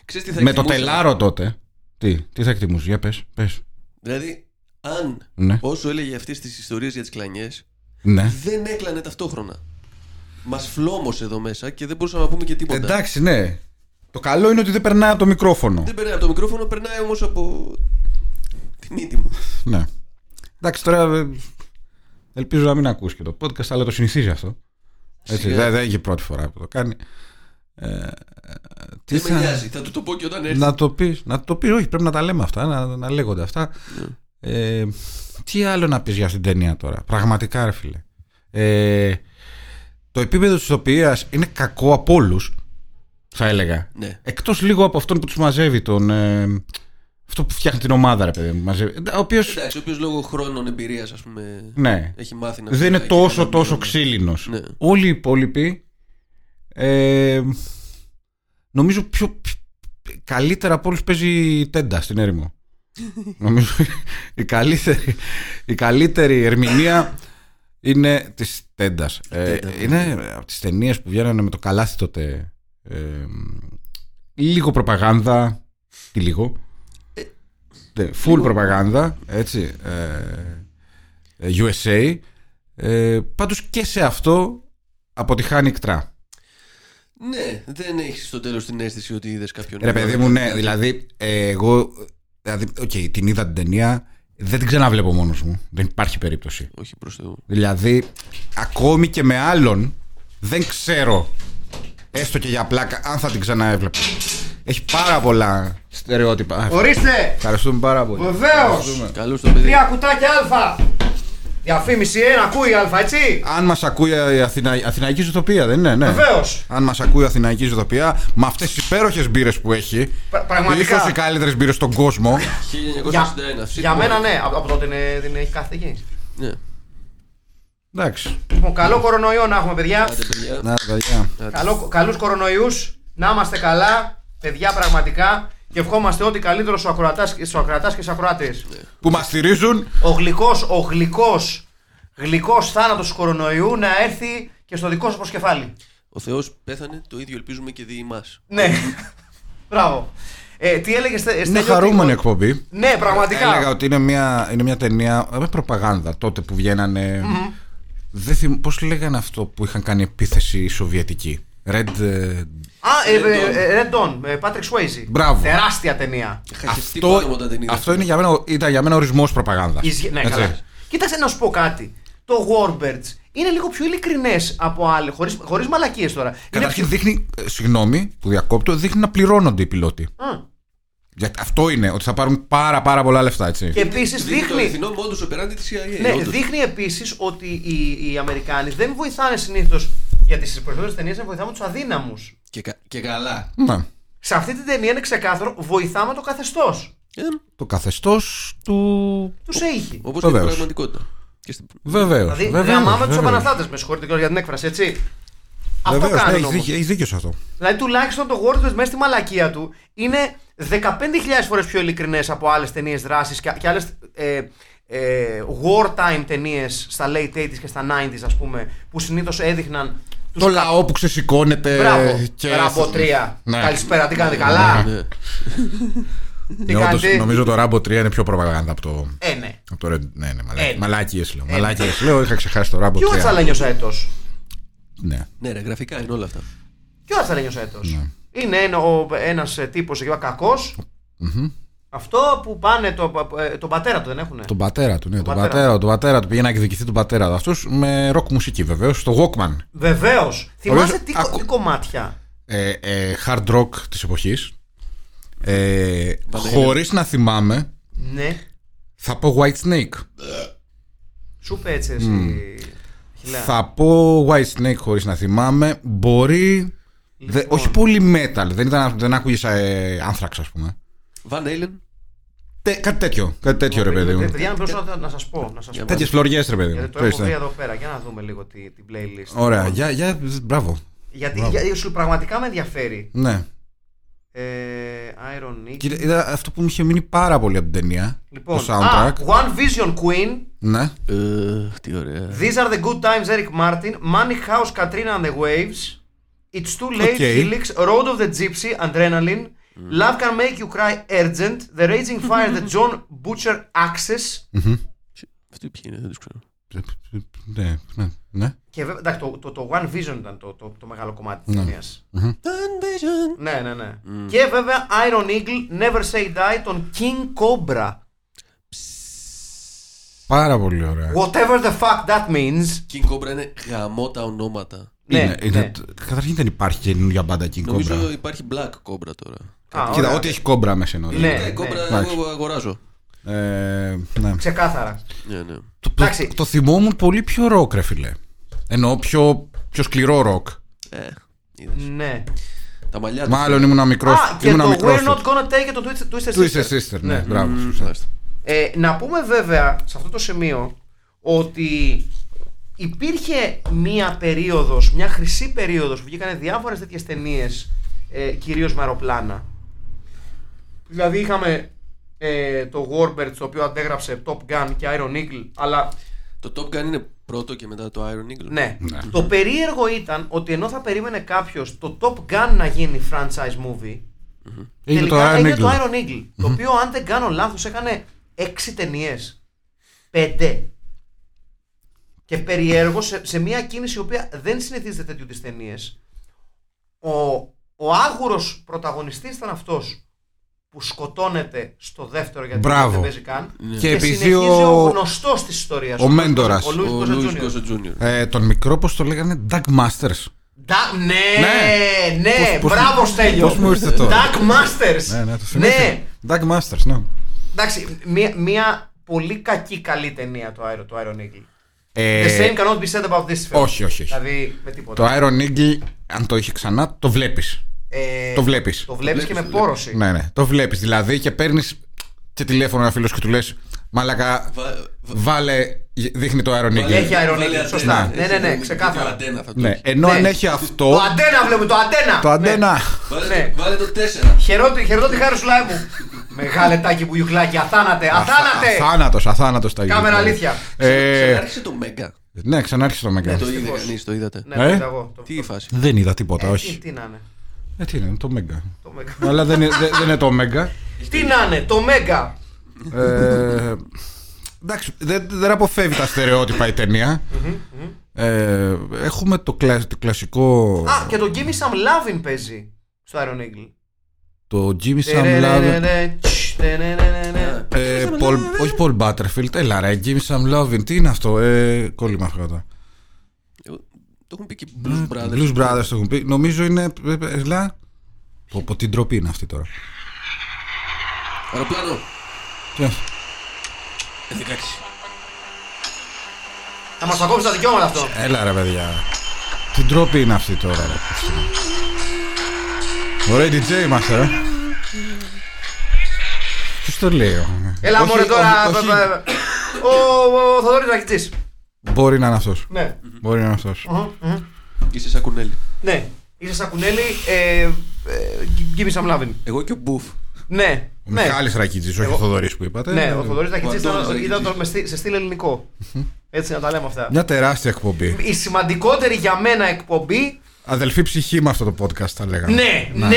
S5: Ξέρεις τι θα
S4: με το
S5: εκτιμούσα?
S4: τελάρο τότε. Τι, τι θα εκτιμούσε, για πες. Πες.
S5: Δηλαδή, αν
S4: Ναι.
S5: όσο έλεγε αυτές τις ιστορίες για τις κλανιές
S4: ναι.
S5: δεν έκλανε ταυτόχρονα. Μας φλόμωσε εδώ μέσα και δεν μπορούσαμε να πούμε και τίποτα. Ε,
S4: Εντάξει, ναι. Το καλό είναι ότι δεν περνάει από το μικρόφωνο.
S5: Δεν περνάει από το μικρόφωνο, περνάει όμως από τη μύτη μου.
S4: Ναι. Εντάξει, τώρα ε, ελπίζω να μην ακούσει και το podcast, αλλά το συνηθίζει αυτό. Έτσι,
S5: Σιγά.
S4: δεν δεν είναι η πρώτη φορά που το κάνει. Ε, τι
S5: Δεν
S4: θα-
S5: με νοιάζει, θα του το πω και όταν έρθει.
S4: Να το πεις, να το πεις, όχι, πρέπει να τα λέμε αυτά, να, να λέγονται αυτά.
S5: Ναι.
S4: Ε, τι άλλο να πεις για αυτήν την ταινία τώρα, πραγματικά, ρε φίλε. Ε, το επίπεδο της ηθοποιίας είναι κακό από όλους, θα έλεγα.
S5: Ναι.
S4: Εκτός λίγο από αυτόν που τους μαζεύει, τον. ε, αυτό που φτιάχνει την ομάδα, ρε παιδί μου. μαζεύει, Ο οποίος.
S5: Εντάξει, ο οποίος λόγω χρόνων εμπειρίας, ας πούμε,
S4: Ναι.
S5: έχει μάθει να
S4: Δεν είναι
S5: φυλάει και
S4: τόσο
S5: να
S4: τόσο
S5: μην-
S4: ξύλινος
S5: Ναι.
S4: Όλοι οι υπόλοιποι ε, Νομίζω πιο πιο- Καλύτερα από όλους παίζει η τέντα στην έρημο Νομίζω η καλύτερη, η καλύτερη ερμηνεία είναι της τέντας Ε,
S5: Τέντα. ναι.
S4: Είναι από τις ταινίες που βγαίνανε με το καλάθι τότε ε, Λίγο προπαγάνδα Τι λίγο
S5: Ε,
S4: ναι, full προπαγάνδα, έτσι, ε, USA. Ε, πάντως και σε αυτό αποτυχάνει κτρά.
S5: Ναι, δεν έχεις στο τέλος την αίσθηση ότι είδες κάποιον.
S4: Ρε παιδί μου, ναι, δηλαδή ε, εγώ, δηλαδή, οκ, την είδα την ταινία, δεν την ξαναβλέπω μόνος μου, δεν υπάρχει περίπτωση.
S5: Όχι προς Θεού.
S4: Δηλαδή, ακόμη και με άλλον, δεν ξέρω, έστω και για πλάκα, αν θα την ξαναέβλεπα. Έχει πάρα πολλά στερεότυπα.
S3: Ορίστε!
S4: Ευχαριστούμε πάρα πολύ.
S3: Βεβαίως!
S5: Καλώς το παιδί.
S3: Τρία κουτάκια Α! Διαφήμιση, ένα ακούει Α, έτσι!
S4: Αν μας ακούει η Αθηνα... Αθηναϊκή Ζωτοπία, δεν είναι, ναι.
S3: Βεβαίως.
S4: Αν μας ακούει η Αθηναϊκή Ζωτοπία, με αυτές τις υπέροχες μπύρες που έχει.
S3: Πρα- πραγματικά.
S4: ίσως οι καλύτερες μπύρες στον κόσμο.
S5: 1961. Αυτή
S3: για
S5: την
S3: μένα
S5: ώρα.
S3: ναι, από, από τότε είναι- δεν έχει κάθε εκεί.
S5: Ναι.
S4: Εντάξει.
S3: Λοιπόν, καλό κορονοϊό να έχουμε, παιδιά.
S5: Άντε, παιδιά.
S4: Να, τα γεια.
S3: Καλό, καλούς κορονοϊούς, να είμαστε καλά, παιδιά πραγματικά και ευχόμαστε ό,τι καλύτερο στους ακροατάς, στους ακροατάς και στους ακροάτες.
S4: Που μας στηρίζουν.
S3: Ο γλυκός, ο γλυκός, γλυκός θάνατος του κορονοϊού να έρθει και στο δικό σας προσκεφάλι.
S5: Ο Θεός πέθανε, το ίδιο ελπίζουμε και δι' εμά.
S3: Ναι, μπράβο. Ε, τι έλεγες, Στε-
S4: Είναι
S3: Στέλιο, ότι-
S4: χαρούμενη εκπομπή.
S3: Ναι, πραγματικά.
S4: Έλεγα ότι είναι μια, είναι μια ταινία ε, με προπαγάνδα τότε που βγαίνανε. Δεν θυμ... Πώς λέγανε αυτό που είχαν κάνει επίθεση οι Σοβιετικοί. Red. ε,
S3: Α, ε, ε, ε, Red Dawn, ε, Patrick Swayze.
S4: Μπράβο.
S3: Τεράστια ταινία.
S5: Χαχευτεί πάνω όταν την είδα.
S4: αυτό είναι για μένα, ήταν για μένα ορισμός προπαγάνδας.
S3: Εις- Ναι, καλά. Κοίταξε να σου πω κάτι. Το Warbirds είναι λίγο πιο ειλικρινές από άλλοι, χωρίς, χωρίς μαλακίες τώρα. Είναι
S4: Καταρχήν δείχνει, ε, συγγνώμη που διακόπτω, δείχνει να πληρώνονται οι πιλότοι.
S3: Μμ.
S4: Για, αυτό είναι, ότι θα πάρουν πάρα πάρα πολλά λεφτά, έτσι.
S3: Και επίσης
S5: Το
S3: δείχνει.
S5: αληθινό μόντο οπεράντη της CIA.
S3: Ναι,
S5: όντως.
S3: δείχνει επίσης ότι οι, οι Αμερικάνοι δεν βοηθάνε συνήθως γιατί στις περισσότερε ταινίες δεν βοηθάμε τους αδύναμους.
S5: Και, κα- και καλά.
S4: Ναι.
S3: Σε αυτή την ταινία είναι ξεκάθαρο, βοηθάμε το καθεστώς.
S5: Ε,
S4: Το καθεστώς του...
S3: Τους έχει.
S5: Όπως και στην
S4: Βεβαίως.
S5: πραγματικότητα. Και στην-
S4: Βεβαίως.
S3: Δηλαδή,
S4: βεβαίως,
S3: γαμάμε τους
S4: βεβαίως.
S3: επαναστάτες, με συγχωρείτε κιόλας για την έκφραση, έτσι. Αυτό
S4: Βεβαίως, ναι,
S3: κάνουν
S4: έχεις
S3: όμως.
S4: δίκιο- έχεις δίκιο σε αυτό.
S3: Δηλαδή, τουλάχιστον το Wordless μέσα στη μαλακία του είναι 15.000 φορές πιο ειλικρινές από άλλες ταινίες δράσης και, και άλλες ε, ε, wartime ταινίες στα late 80s και στα 90s, ας πούμε, που συνήθως έδειχναν τους
S4: Το λαό που ξεσηκώνεται...
S3: Μπράβο.
S4: Ε, και-
S3: Ράμπο 3.
S4: Ναι.
S3: Καλησπέρα, τι κάνετε καλά.
S5: Ναι.
S3: Τι
S4: Ναι, όντως,
S3: κάνετε.
S4: νομίζω το Ράμπο 3 είναι πιο προπαγάνδα από το...
S3: Ε, ναι.
S4: από το Red- ναι, ναι, μαλά...
S3: Ε, ναι.
S4: μαλάκιες λέω. Μαλάκιες λέω, είχα ξεχάσει το Ράμπο 3.
S3: Ποιο ώρα θα λένε ο έτος.
S4: Ναι.
S5: Ναι, ρε, γραφικά είναι όλα αυτά.
S3: Ποιο ώρα θα λένε ο έτος. Είναι ένα τύπος εκεί, κακό. Αυτό που πάνε το, ε, τον πατέρα του, δεν έχουνε.
S4: Τον πατέρα του, ναι, τον,
S3: πατέρα.
S4: πατέρα. τον πατέρα του πήγε να εκδικηθεί τον πατέρα του. Αυτούς με ροκ μουσική βεβαίως, το Walkman.
S3: Βεβαίω. Θυμάστε τι,
S4: ακού-
S3: τι κομμάτια.
S4: ε, ε, hard rock της εποχής ε, χωρίς να θυμάμαι
S3: Ναι.
S4: θα πω White Snake
S3: Σου είπε έτσι εσύ. Χιλέα.
S4: θα πω White Snake χωρίς να θυμάμαι μπορεί δε-
S3: Λοιπόν.
S4: όχι πολύ metal δεν, ήταν, δεν άκουγες ε, άνθραξ ας πούμε
S5: Βαν Έιλεν.
S4: Τε- κάτι τέτοιο κάτι τέτοιο ρε παιδί
S3: Ε,
S4: μου
S3: Παιδιά, μπορούσα να, να σας πω. Να σας πω.
S4: τέτοιες φλωριές ρε παιδί μου
S3: Γιατί το έχω
S4: Ορίστε.
S3: βρει εδώ πέρα. Για να δούμε λίγο τη- την playlist.
S4: ναι.
S3: Λοιπόν,
S4: ωραία για, για, μπράβο
S3: Γιατί για- σου πραγματικά με ενδιαφέρει.
S4: ναι
S3: Ε, Iron Eagle.
S4: Κοίτα, είδα αυτό που μου είχε μείνει πάρα πολύ από την ταινία
S3: Λοιπόν,
S4: το
S3: α,
S4: soundtrack
S3: One Vision Queen,
S4: ναι
S5: Ε, Τι ωραία.
S3: These are the good times Eric Martin, Money House Katrina and the Waves, It's too late
S4: Okay.
S3: Helix, Road of the Gypsy, Adrenaline, Love Can Make You Cry Urgent, The Raging Fire, The John Butcher Axis.
S5: Αυτοί ποιοι είναι, δεν τους ξέρω.
S4: Ναι, ναι, ναι.
S3: Και βέβαια, εντάξει, το, το, το One Vision ήταν το, το, το μεγάλο κομμάτι της
S4: Ναι.
S3: ταινίας.
S5: One vision.
S3: Ναι, ναι, ναι. Και βέβαια Iron Eagle, Never Say Die, τον King Cobra.
S4: Πάρα πολύ ωραία.
S3: Whatever the fuck that means.
S5: King Cobra είναι γαμό τα ονόματα.
S3: Ναι,
S4: Είναι- είναι-
S3: ναι.
S4: Καταρχήν δεν υπάρχει καινούργια μπάντα King
S5: Νομίζω
S4: Cobra.
S5: υπάρχει Black Cobra τώρα.
S3: Α,
S4: Κοίτα,
S3: ωραία.
S4: ό,τι έχει κόμπρα μέσα εννοώ.
S3: Ναι.
S5: Ε, Cobra
S4: Εντάξει.
S5: εγώ αγοράζω.
S4: Ε, ναι.
S3: Ξεκάθαρα.
S5: Ναι, ναι.
S4: Το, το,
S3: Εντάξει.
S4: το θυμόμουν πολύ πιο ροκ, ρε φίλε. Εννοώ πιο, πιο σκληρό ροκ.
S5: Ε, είδες.
S3: Ναι.
S5: Τα μαλλιά τους.
S4: Μάλλον ήμουν μικρό.
S3: Α, και
S4: ήμουν
S3: το
S4: μικρό.
S3: We're Not Gonna Take It, το Twisted, Twister
S4: Του
S3: Sister.
S4: είσαι sister, ναι, μπράβο.
S5: Μμμ,
S4: σωστά.
S5: μάλιστα.
S3: Ε, να πούμε βέβαια σε αυτό το σημείο ότι υπήρχε μία περίοδος, μία χρυσή περίοδος που βγήκανε διάφορες τέτοιες ταινίες ε, κυρίως με αεροπλάνα. Δηλαδή είχαμε ε, το Warbird το οποίο αντέγραψε Top Gun και Iron Eagle αλλά
S5: Το Top Gun είναι πρώτο και μετά το Iron Eagle.
S3: ναι.
S4: Ναι.
S3: Το περίεργο ήταν ότι ενώ θα περίμενε κάποιος το Top Gun να γίνει franchise movie
S4: Είναι το
S3: τελικά
S4: Iron
S3: έγινε το
S4: Eagle.
S3: Iron Eagle το οποίο αν δεν κάνω λάθος έκανε 6 ταινίες 5 και περιέργω σε, σε μια κίνηση η οποία δεν συνηθίζεται τέτοιου τις ταινίες ο, ο άγουρος πρωταγωνιστής ήταν αυτός που σκοτώνεται στο δεύτερο γιατί
S4: Μπράβο.
S3: δεν παίζει καν
S5: Ναι.
S4: Και επειδή
S3: συνεχίζει
S4: ο-
S3: ο γνωστός της ιστορίας
S4: ο μέντορας.
S3: ο Louis
S5: Ο
S3: Gossett
S5: Louis
S3: Jr.
S5: Gossett Jr.
S4: Ε, τον μικρό, πώς το λέγανε, Duck Masters.
S3: Ντα- ναι,
S4: Ναι.
S3: ναι,
S4: Πώς- πώς-
S3: μπράβο Στέλιο.
S4: πώς μου ήρθε τώρα.
S3: Dark Masters.
S4: Ναι, ναι, το θυμήθηκα.
S3: ναι,
S4: Duck Masters, ναι.
S3: εντάξει, μία, μία πολύ κακή καλή ταινία το Iron, το Iron Eagle.
S4: Ε,
S3: The same cannot be said about this film.
S4: όχι, όχι, όχι.
S3: Δηλαδή, με
S4: το
S3: τίποτα.
S4: Iron Eagle, αν το είχε ξανά, το βλέπεις.
S3: Ε,
S4: το βλέπεις.
S3: Το βλέπεις
S5: Το
S3: και με
S5: βλέπεις, το
S3: πόρωση.
S4: Ναι, ναι, το βλέπεις. Δηλαδή και παίρνεις και τηλέφωνο ένα φίλο και του λες, Μαλακά,
S5: Βα- βα-
S4: βάλε, δείχνει το Iron Eagle.
S3: Έχει Iron
S5: βάλε
S3: Eagle,
S5: αντένα.
S3: σωστά.
S5: Έχει
S3: Ναι, ναι, ναι,
S5: βάλει
S3: ξεκάθαρα.
S5: το αντένα θα το
S4: Ναι,
S5: έχει.
S4: ενώ
S3: Ναι.
S4: αν έχει
S3: Το
S4: αυτό.
S3: αντένα βλέπουμε, το αντένα.
S4: Το αντένα.
S5: Βάλε,
S3: Ναι.
S5: το- βάλε το 4.
S3: Χαιρότη, χαιρότη χάρη σου λάι μου. Μεγάλε τάκι που γιουκλάκι, αθάνατε, αθάνατε.
S4: Αθάνατος, αθάνατος τα
S3: Κάμερα
S4: γύρω.
S3: αλήθεια.
S4: Ε,
S5: Ξανάρχισε το Μέγκα.
S4: ναι, ξανάρχισε το Μέγκα.
S5: Το είδε
S3: δυστυχώς.
S5: κανείς, το είδατε.
S3: Ναι,
S4: Ε?
S3: το εγώ. το-
S5: Τι η φάση.
S4: Δεν είδα τίποτα,
S3: Ε,
S4: όχι.
S3: τι- Τι να είναι.
S4: Ε, τι είναι, το Μέγκα.
S3: το Mega.
S4: Αλλά δεν είναι, δεν- δεν είναι το Μέγκα.
S3: Τι να είναι, το Μέγκα.
S4: Ε, εντάξει, δεν, δεν αποφεύγει τα στερεότυπα η ταινία. Ε, έχουμε το, κλα- το κλασικό.
S3: Α, και το Give Me Some Lovin' παίζει στο Iron Eagle.
S4: το Jimmy
S3: Ε,
S4: Sam Lovin.
S3: Τερερερερε, τσ, τερερερερε.
S4: Ε, Paul- όχι Paul Butterfield, έλα ρε, Jimmy Sam Lovin. Τι είναι αυτό, ε, κόλλημα αυτό. εδώ.
S5: Εγώ- Το έχουν πει και οι Blues Brothers.
S4: Mm, Blues Brothers το έχουν πει. Νομίζω είναι. ε, ε, Ελά. Πω, πω, τι ντροπή είναι αυτή τώρα.
S5: Αεροπλάνο.
S4: Τι είναι αυτό.
S5: F16.
S3: Θα μας τα κόψει τα δικαιώματα αυτό.
S4: Έλα ρε παιδιά. Τι ντροπή είναι αυτή τώρα. Ρε. Ωραία DJ είμαστε ρε. Ποιος το λέει. ο-
S3: Έλα
S4: Όχι,
S3: μωρέ τώρα.
S4: όχι, όχι.
S3: πα- πα- Ο ο Θοδωρής Ρακητής.
S4: Μπορεί να είναι αυτός.
S3: Ναι.
S4: Μπορεί να είναι αυτός.
S5: Είσαι σαν κουνέλι.
S3: Ναι. Είσαι σακουνέλη. ε, ε, Give me some lovin'.
S5: Εγώ και ο Μπουφ.
S3: Ναι.
S4: Ο
S3: ναι.
S4: Μιχάλης Ρακιτζής, όχι ο Θοδωρής που είπατε.
S3: Ναι, ο Θοδωρής Ρακητής
S5: Ο Αντώνης
S3: ήταν,
S5: Ρακητής.
S3: ήταν το- με στι- σε στυλ ελληνικό. Έτσι να τα λέμε αυτά.
S4: Μια τεράστια εκπομπή.
S3: Η σημαντικότερη για μένα εκπομπή.
S4: Αδελφή ψυχή με αυτό το podcast θα λέγαμε.
S3: Ναι, ναι,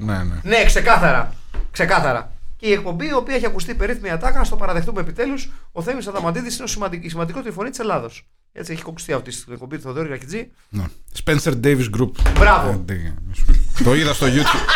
S4: Ναι, ναι.
S3: Ναι, ξεκάθαρα. Ξεκάθαρα. Και η εκπομπή, η οποία έχει ακουστεί περίφημη ατάκα, να στο παραδεχτούμε επιτέλους, ο Θέμης Αδαμαντίδης είναι ο σημαντικ- η σημαντικότερη φωνή της Ελλάδος. Έτσι έχει κοκκιστεί αυτή η εκπομπή του Θοδόρη Ρακιτζή.
S4: Ναι. Spencer Davis Group.
S3: Μπράβο.
S4: Ε, τι γαμίσου. το είδα στο YouTube.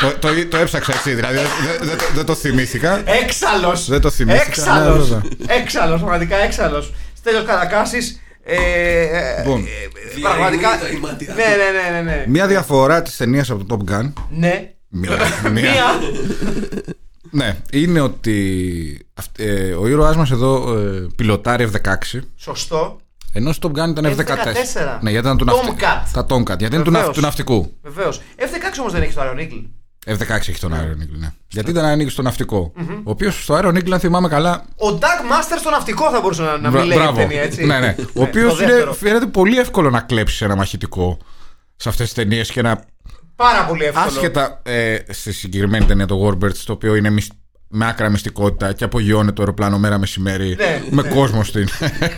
S4: το, το, το έψαξα έτσι, δηλαδή δεν- δεν- δεν- δεν το θυμήθηκα.
S3: Έξαλλο!
S4: Δεν το θυμήθηκα. Ναι,
S3: Έξαλλο!
S4: βέβαια.
S3: Έξαλλο, πραγματικά έξαλλο. Στέλιος Καρακάσης. Ε, ε,
S4: Λοιπόν.
S3: ε, πραγματικά.
S5: Διαρριγνύει τα ημάτια.
S3: Ναι, ναι, ναι, ναι. ναι.
S4: Μία διαφορά της ταινίας από το Top Gun.
S3: ναι.
S4: Μία.
S3: Μία.
S4: Ναι, είναι ότι αυ- ε, ο ήρωάς μας εδώ ε, πιλοτάρει F16.
S3: Σωστό.
S4: Ενώ στο Top Gun ήταν F14.
S3: F14.
S4: Ναι, γιατί ήταν του
S3: Tomcat.
S4: Τα Tomcat. Γιατί είναι του,
S3: Βεβαίως.
S4: ναυ- του ναυτικού.
S3: Βεβαίως. F16 όμως δεν έχει το Iron Eagle.
S4: F16 έχει τον Iron Eagle, ναι. Γιατί ήταν ανοίγει στο ναυτικό. Ο οποίος στο Iron Eagle, αν θυμάμαι καλά.
S3: Ο Doug Master στο ναυτικό θα μπορούσε να, να
S4: μπρα-
S3: μην λέει η
S4: μπράβο.
S3: ταινία, έτσι.
S4: Ναι, ναι. Ο οποίος
S3: το δεύτερο.
S4: φαίνεται πολύ εύκολο να κλέψεις ένα μαχητικό σε αυτές τις ταινίες και να
S3: Πάρα πολύ εύκολο.
S4: Άσχετα ε, στη συγκεκριμένη ταινία το Warbirds, το οποίο είναι μυσ- με άκρα μυστικότητα και απογειώνεται το αεροπλάνο μέρα μεσημέρι
S3: Ναι,
S4: με
S3: ναι.
S4: κόσμο στην.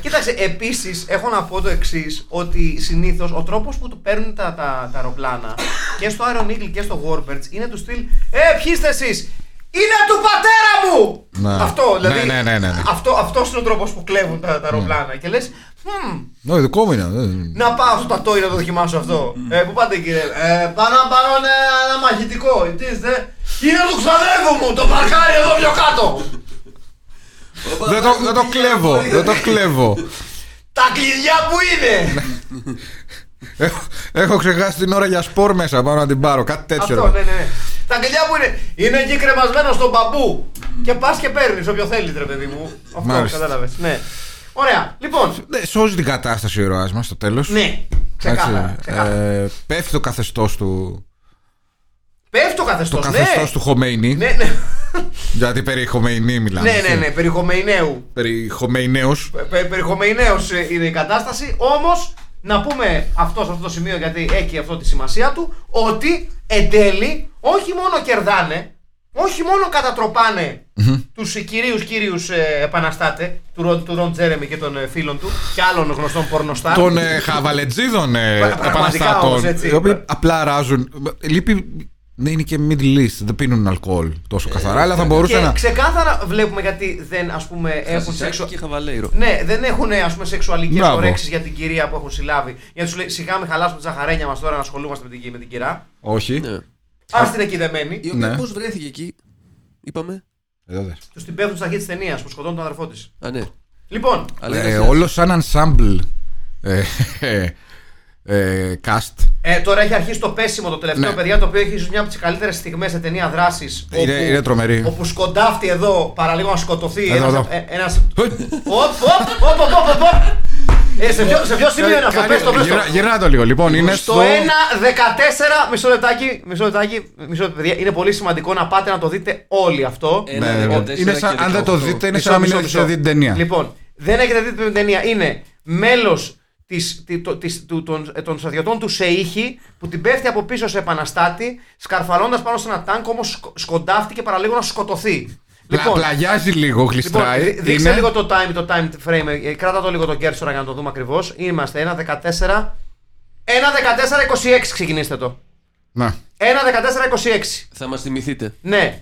S3: Κοίταξε, επίσης έχω να πω το εξής: Ότι συνήθως ο τρόπος που του παίρνουν τα, τα, τα αεροπλάνα και στο Iron Eagle και στο Warbirds είναι του στυλ Ε, ποιοι είστε εσείς! Είναι του πατέρα μου!
S4: Ναι.
S3: Αυτό, δηλαδή.
S4: Ναι, ναι, ναι, ναι, ναι.
S3: Αυτό αυτός είναι ο τρόπος που κλέβουν τα, τα αεροπλάνα. Και λες,
S4: Ναι, δικό μου είναι.
S3: να πάω στο τατόι να το δοκιμάσω αυτό. Ε, πού πάτε κύριε. Ε, πάνω πάνω είναι ένα μαγητικό. Ε, Τι είστε. Είναι του ξαδέρφου μου, το παρκάρι εδώ πιο κάτω.
S4: Δεν το, δεν το κλέβω. Δεν το κλέβω.
S3: Τα κλειδιά που
S4: Ναι.
S3: είναι.
S4: Έχω, έχω ξεχάσει την ώρα για σπορ μέσα πάνω να την πάρω. Κάτι τέτοιο.
S3: Αυτό,
S4: ρε.
S3: ναι, ναι, ναι. Τα κλειδιά που είναι. Είναι εκεί κρεμασμένο στον παππού. Και πας και παίρνεις όποιο θέλεις, ρε παιδί μου. Αυτό,
S4: Μάλιστα.
S3: κατάλαβες. Ναι. Ωραία. Λοιπόν,
S4: Ναι, σώζει την κατάσταση ο ηρωά μας στο τέλος.
S3: ναι. Ξεκάθαρα. ξεκάθαρα.
S4: ε, πέφτει το καθεστώς του.
S3: Πέφτει το καθεστώς,
S4: Το
S3: ναι.
S4: καθεστώς του Χομέινι.
S3: Ναι, ναι.
S4: Γιατί περί Χομέινι μιλάμε.
S3: ναι, ναι, ναι. Περί Χομεϊνέου.
S4: Περί Χομέινέους.
S3: Πε- πε- Περί Χομεϊνέου, ε, είναι η κατάσταση. Όμως, να πούμε αυτός σε αυτό το σημείο, γιατί έχει αυτό τη σημασία του, ότι εν τέλει όχι μόνο κερδάνε, όχι μόνο κατατροπάνε τους τους κυρίους κύριους επαναστάτε, του Ρον, του Ρον Τζέρεμι και των ε, φίλων του και άλλων γνωστών πορνοστάρ.
S4: των ε, χαβαλετζίδων ε,
S3: Πρα- πραγματικά όμως,
S4: επαναστάτων.
S3: έτσι.
S4: Οι οποίοι απλά ράζουν. Λείπει να είναι και middle east. Δεν πίνουν αλκοόλ τόσο καθαρά, αλλά θα μπορούσε
S3: Ε, ναι. Και
S4: να.
S3: ξεκάθαρα βλέπουμε γιατί δεν ας πούμε έχουν σεξο...
S5: Σεξο... και χαβαλέιρο.
S3: Ναι, δεν έχουν ας πούμε, σεξουαλικές
S4: Μπράβο.
S3: ορέξει για την κυρία που έχουν συλλάβει. Γιατί σου λέει σιγά με χαλάσουμε τα ζαχαρένια μας τώρα να ασχολούμαστε με την, κυ- με την κυρία.
S4: Όχι.
S5: Ναι.
S3: Ας την εκεί δεμένη.
S5: Η
S4: Ναι.
S5: οποία πώς βρέθηκε εκεί, είπαμε.
S4: Εδώ δες.
S3: Του την πέφτουν στα αρχή της ταινίας που σκοτώνουν τον αδερφό της.
S5: Α, ναι.
S3: Λοιπόν,
S5: Αλλά
S4: Ε,
S5: ένας-
S4: όλο σαν ensemble ε, ε, ε, cast.
S3: ε, τώρα έχει αρχίσει το πέσιμο το τελευταίο,
S4: Ναι.
S3: παιδιά, το οποίο έχει ίσως μια από τις καλύτερες στιγμές σε ταινία δράσης.
S4: Είναι- είναι τρομερή.
S3: Όπου σκοντάφτει εδώ, παραλίγο να σκοτωθεί.
S4: Εδώ, εδώ.
S3: Ένα. Οπ, οπ, οπ, οπ, οπ, οπ. Ε, σε ποιο, σε ποιο σημείο είναι αυτό, πες το, πες το.
S4: Ε, Γυρνά- Γυρνά το λίγο. Λοιπόν, είναι
S3: Στο
S4: στο.
S3: 1.14, μισό λεπτάκι, μισό λεπτάκι, μισό λεπτό, παιδιά. Είναι πολύ σημαντικό να πάτε να το δείτε όλοι αυτό.
S5: Ένα
S4: Ναι, ναι, ναι.
S5: 14
S4: Είναι σαν-
S5: και
S4: αν δεν το
S5: 18.
S4: δείτε, είναι
S3: Μισό,
S4: σαν να μην
S3: μισό,
S4: έχετε
S3: μισό.
S4: δει την ταινία.
S3: Λοιπόν, δεν έχετε δει την ταινία. Είναι μέλος της, τη- το- της- του- των, ε, των στρατιωτών του Σεήχη που την πέφτει από πίσω σε επαναστάτη, σκαρφαλώντας πάνω σε ένα τάγκ, όμω σκοντάφτηκε παραλίγο να σκοτωθεί.
S4: Πλα- πλαγιάζει λίγο,
S3: Λοιπόν,
S4: γλιστράει.
S3: δι- δείξε
S4: Είναι-
S3: λίγο το time, το time frame. ε, Κράτα το λίγο τον κέρσορα για να το δούμε ακριβώς. Είμαστε 1-14. 1-14-26 ξεκινήστε το.
S4: Να.
S3: 1-14-26.
S5: Θα μας θυμηθείτε.
S3: Ναι.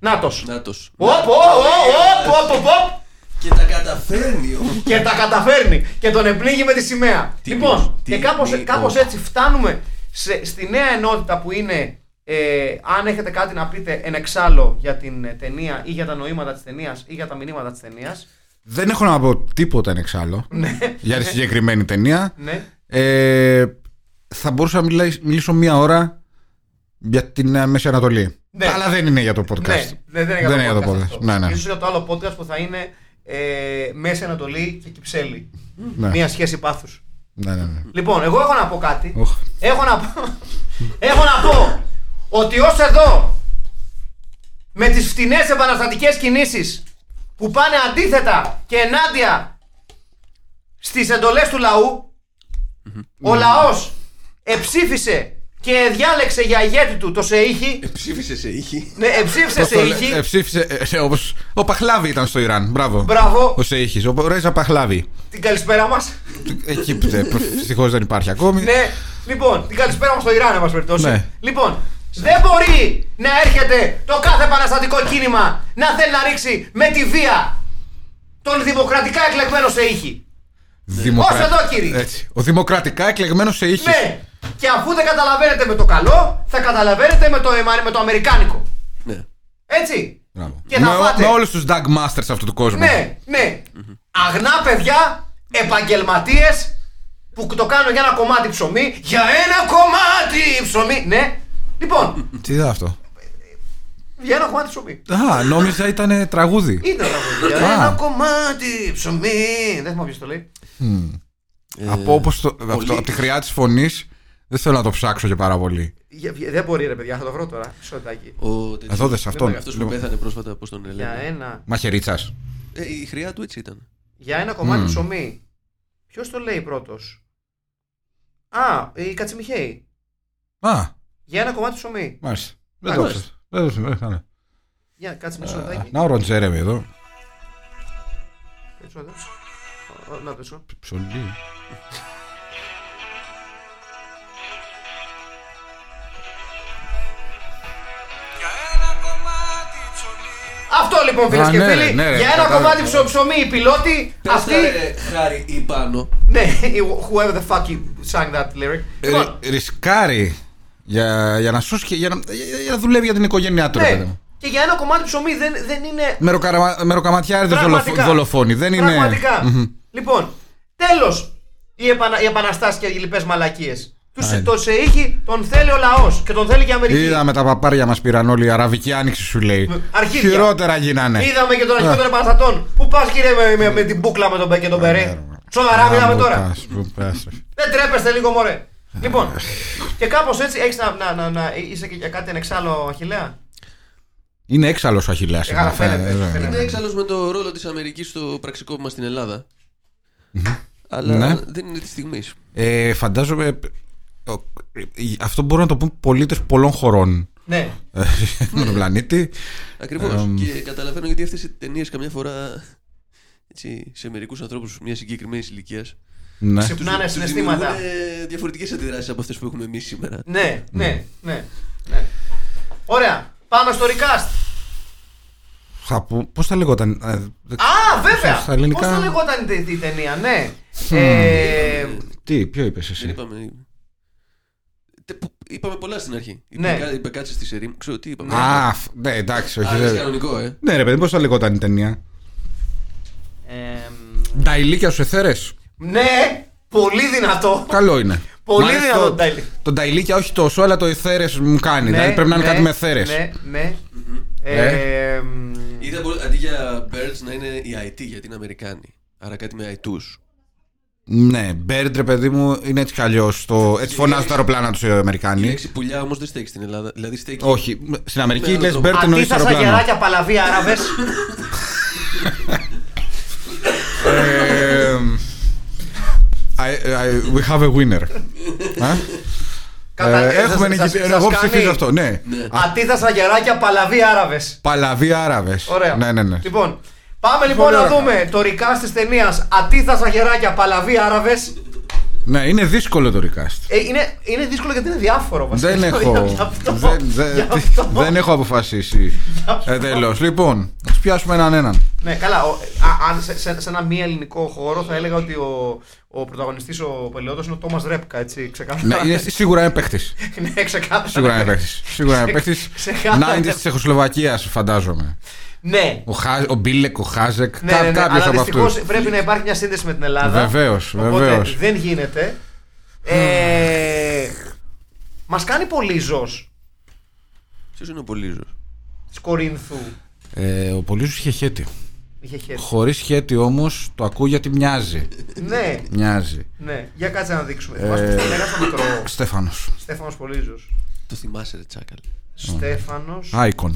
S3: Νάτος.
S5: Νάτος.
S3: Οπ, οπ, οπ, οπ, οπ, οπ.
S5: Και τα καταφέρνει όμως.
S3: Και τα καταφέρνει. Και τον επλήγει με τη σημαία.
S5: Τι
S3: λοιπόν,
S5: νιώθει,
S3: και
S5: τι
S3: κάπως,
S5: νιώθει.
S3: κάπως έτσι φτάνουμε σε, στη νέα ενότητα που είναι ε, αν έχετε κάτι να πείτε εν εξάλλου για την ε, ταινία ή για τα νοήματα της ταινίας ή για τα μηνύματα της ταινίας.
S4: Δεν έχω να πω τίποτα εν εξάλλου για τη συγκεκριμένη ταινία.
S3: Ναι.
S4: Ε, θα μπορούσα να μιλάει- μιλήσω μία ώρα για την ε, Μέση Ανατολή.
S3: Ναι.
S4: Αλλά δεν είναι για το podcast.
S3: Ναι, ναι, δεν είναι για το podcast. αυτό.
S4: Ναι, ναι.
S3: Ίσως για το άλλο podcast που θα είναι ε, Μέση Ανατολή και Κυψέλη.
S4: Ναι.
S3: Μία σχέση πάθους.
S4: Ναι, ναι, ναι.
S3: Λοιπόν, εγώ έχω να πω κάτι.
S4: Οχ.
S3: Έχω να πω. έχω να πω ότι ως εδώ με τις φτηνές επαναστατικές κινήσεις που πάνε αντίθετα και ενάντια στις εντολές του λαού ο λαός εψήφισε και διάλεξε για ηγέτη του το Σεήχη
S5: Ψήφισε σε ήχη.
S3: ναι, εψήφισε
S4: Πώς το λέ-
S3: Σεήχη
S4: ε, ψήφισε. ε, ε, όπως- ο Παχλάβη ήταν στο Ιράν. Μπράβο.
S3: Μπράβο.
S4: Ο Σεήχη. Ο Ρέζα Παχλάβη.
S3: την καλησπέρα μας
S4: Εκεί δυστυχώς δεν υπάρχει ακόμη.
S3: Ναι, λοιπόν, την καλησπέρα μας στο Ιράν, εν πάση περιπτώσει.
S4: Ναι.
S3: Λοιπόν, δεν μπορεί να έρχεται το κάθε επαναστατικό κίνημα να θέλει να ρίξει με τη βία τον δημοκρατικά εκλεγμένο σε ήχη.
S4: Δημοκρα-
S3: Ως εδώ, κύριε.
S4: Έτσι. Ο δημοκρατικά εκλεγμένο Σεήχη.
S3: Ναι, και αφού δεν καταλαβαίνετε με το καλό, θα καταλαβαίνετε με το, εμα- με το αμερικάνικο.
S5: Ναι.
S3: Έτσι.
S4: Μπράβο.
S3: Και θα
S4: με,
S3: φάτε.
S4: με όλους τους Doug Masters αυτού του κόσμου.
S3: Ναι, ναι. Αγνά παιδιά, επαγγελματίες που το κάνουν για ένα κομμάτι ψωμί. Για ένα κομμάτι ψωμί. Ναι. Λοιπόν,
S4: Τι είδα αυτό.
S3: για ένα κομμάτι ψωμί.
S4: Α, νόμιζα ήταν τραγούδι.
S3: Είναι τραγούδια.
S4: Α.
S3: Ένα κομμάτι ψωμί. Δεν θυμάμαι ποιος το λέει.
S4: από, όπως το, αυτό, από τη χρειά της φωνής δεν θέλω να το ψάξω και πάρα πολύ.
S3: Για- για- Δεν μπορεί ρε παιδιά, θα το βρω τώρα. Σωτάκι.
S5: Ο
S4: Εδώ δες αυτόν.
S5: Αυτό που
S4: Λοιπόν,
S5: πέθανε πρόσφατα, πώς τον
S3: Για
S5: έλεγε.
S3: ένα,
S4: Μαχαιρίτσας.
S5: Ε, η χρειά του έτσι ήταν.
S3: για ένα κομμάτι
S4: Μμμ.
S3: ψωμί. Ποιος το λέει πρώτος. Α, η Κατσιμιχέη.
S4: Α,
S3: Για ένα κομμάτι ψωμί.
S4: μάλιστα.
S3: Α,
S4: Δεν το
S3: μάλιστα.
S4: ψάξα. Δεν το ψάξα. ναι.
S3: Για κάτσε μισό λεπτάκι.
S4: Να ο Ροντζέρεμι εδώ.
S3: Κάτσε εδώ. Ε, Ω, ω, Να το σου.
S4: Ψωλή.
S3: Αυτό λοιπόν φίλες
S4: Α,
S3: και
S4: ναι,
S3: φίλοι.
S4: ναι, ρε,
S3: Για ένα
S4: κατάλαβα.
S3: κομμάτι ψω- ψωμί οι πιλότοι.
S5: Πες
S3: Αυτοί.
S5: τα, ρε, χάρη ή πάνω.
S3: Ναι, whoever the fuck you sang that lyric.
S4: Ε,
S3: Λοιπόν,
S4: Ρι- Ρισκάρει για, για να σώσει και για να, για- για να δουλεύει για την οικογένειά του. ρε παιδί
S3: ναι.
S4: μου.
S3: Και για ένα κομμάτι ψωμί δεν, δεν είναι
S4: Μεροκαραμα- Μεροκαματιάριδες
S3: Πραγματικά.
S4: δολοφο- δολοφόνοι. Δεν είναι.
S3: Πραγματικά.
S4: Μμμ.
S3: Λοιπόν, τέλος οι, επανα, οι επαναστάσει και οι λοιπές μαλακίες.
S4: Άιντε.
S3: Το σε ήχη τον θέλει ο λαός και τον θέλει και η Αμερική.
S4: Είδαμε τα παπάρια μας πήραν όλοι. Η Αραβική Άνοιξη σου λέει.
S3: Αρχίδια.
S4: Χειρότερα γίνανε.
S3: Είδαμε και τον αρχηγό
S4: ναι. Α.
S3: των επαναστατών. Πού πας κύριε με, με, με την μπουκλα με τον Μπέ και τον Περέ. Σοβαρά
S4: Α,
S3: μιλάμε
S4: μου
S3: τώρα.
S4: Ναι, πας, Ε. μου πας, ρε.
S3: Δεν τρέπεστε λίγο, μωρέ. Λοιπόν, και κάπως έτσι έχεις να, να, να, να, είσαι και για κάτι ανεξάλλο, Αχηλέα.
S4: Είναι έξαλλος ο Αχιλέα.
S3: Ε, καλά, φαίνεται, φαίνεται.
S5: Είναι έξαλλος με το ρόλο της Αμερικής στο πραξικόπημα στην Ελλάδα.
S4: Ναι.
S5: Αλλά δεν είναι της στιγμής.
S4: Ε, φαντάζομαι. ε, ο- ε, Αυτό μπορούν να το πούν πολίτες πολλών χωρών
S3: Ναι.
S4: ε, στον πλανήτη.
S5: Ακριβώς. Και καταλαβαίνω γιατί αυτές οι ταινίες καμιά φορά έτσι, σε μερικούς ανθρώπους μιας συγκεκριμένης ηλικίας.
S4: Ναι.
S3: Ξυπνάνε συναισθήματα.
S5: διαφορετικές αντιδράσεις από αυτές που έχουμε εμείς σήμερα.
S3: Ναι, ναι, ναι. ναι. Ωραία. Πάμε στο recast.
S4: Θα πω. Πώς θα λεγόταν. ε, δε-
S3: Α, βέβαια!
S4: Στα ελληνικά.
S3: Πώς θα λεγόταν η, η ταινία, ναι. Ε,
S4: Τι, ποιο είπες
S5: Δεν
S4: εσύ.
S3: Λοιπόν,
S5: είπαμε. Τε- που- Είπαμε πολλά στην αρχή.
S3: Ναι.
S5: Είπε, είπε κάτσε στη σερή μου. Ξέρω τι είπαμε.
S4: Α, φ- ναι, εντάξει, όχι.
S5: Α, είναι
S4: δεν-
S5: κανονικό, ε.
S4: Ναι, ρε παιδί, πώς θα λεγόταν η ταινία.
S3: ε,
S4: Νταϊλίκια στους εθέρες.
S3: ναι, πολύ δυνατό.
S4: Καλό είναι.
S3: Πολύ
S4: Μ' αρέσει
S3: δυνατό
S4: το-
S3: το Νταϊλί-
S4: Το νταϊλίκια όχι τόσο, αλλά το εθέρε μου κάνει. δηλαδή πρέπει να είναι κάτι με εθέρε.
S3: Ναι, ναι. Ε, εμ,
S5: Είδα πολύ- αντί για birds να είναι οι IT γιατί είναι Αμερικάνοι. Άρα κάτι με αιτούς.
S4: Ναι, Μπέρντ, ρε παιδί μου, είναι έτσι κι αλλιώς. Έτσι φωνάζουν τα αεροπλάνα τους οι
S5: Η
S4: Αμερικανοί.
S5: λέξη πουλιά όμως δεν στέκει στην Ελλάδα. Δηλαδή στέκει.
S4: Ναι. Όχι, στην Αμερική
S5: Ναι,
S4: λες
S5: το-
S4: Μπέρντ εννοεί
S3: Αντίθασα
S4: αεροπλάνο.
S3: γεράκια παλαβή Άραβε.
S4: Ε, I, I- we have a winner. Α? Ε, Έχουμε νικητή. Εγώ ψηφίζω αυτό, ναι.
S3: Αντίθασα γεράκια παλαβή Άραβες.
S4: Παλαβοί Άραβες.
S3: Ωραία.
S4: Ναι, ναι, ναι.
S3: Λοιπόν, πάμε λοιπόν
S4: Πολύ
S3: να
S4: ωραία.
S3: δούμε το recast της ταινίας Αντίθασα γεράκια παλαβή Άραβες.
S4: Ναι, είναι δύσκολο το recast.
S3: Ε, είναι, είναι δύσκολο γιατί είναι διάφορο βασικά.
S4: Δεν
S3: Για-
S4: έχω,
S3: για αυτό,
S4: δεν, δεν-
S3: για
S4: τι-
S3: αυτό.
S4: δεν έχω αποφασίσει
S3: αυτό.
S4: εντελώς. Λοιπόν, ας πιάσουμε έναν έναν.
S3: Ναι, καλά. Ο, α, αν σε, σε, σε ένα μη ελληνικό χώρο θα έλεγα ότι ο, ο πρωταγωνιστής, ο πελαιότο είναι ο Τόμας Ρέπκα. Έτσι,
S4: Ναι,
S3: ξεκάθαρα.
S4: είναι, σίγουρα είναι παίχτη.
S3: ναι, ξεκάθαρα.
S4: Σίγουρα είναι παίχτη. Σίγουρα είναι παίχτη.
S3: ξεκάθαρα.
S4: της Τσεχοσλοβακίας, φαντάζομαι.
S3: Ναι,
S4: Ο, Χα, ο Μπίλεκ, ο Χάζεκ,
S3: ναι, ναι, ναι,
S4: κάποιο
S3: αλλά
S4: από αυτούς.
S3: δυστυχώς πρέπει να υπάρχει μια σύνδεση με την Ελλάδα.
S4: Βεβαίως,
S3: Οπότε
S4: βεβαίως.
S3: Δεν γίνεται. Ε, Μας κάνει πολύ ζω
S5: Ποιος είναι ο Πολύζος.
S3: της Κορίνθου.
S4: Ε, ο Πολύζος είχε χέτη.
S3: Είχε χέρι.
S4: Χωρίς χέτη όμως το ακούω γιατί μοιάζει.
S3: ναι,
S4: Μοιάζει.
S3: ναι. Για κάτσε να δείξουμε.
S4: Ε,
S3: Θυμάστε που ήταν ένα στο μικρό.
S4: Στέφανος.
S3: Στέφανος Πολύζος.
S5: Το θυμάσαι, ρε Τσάκαλ.
S3: Στέφανος.
S4: Icon.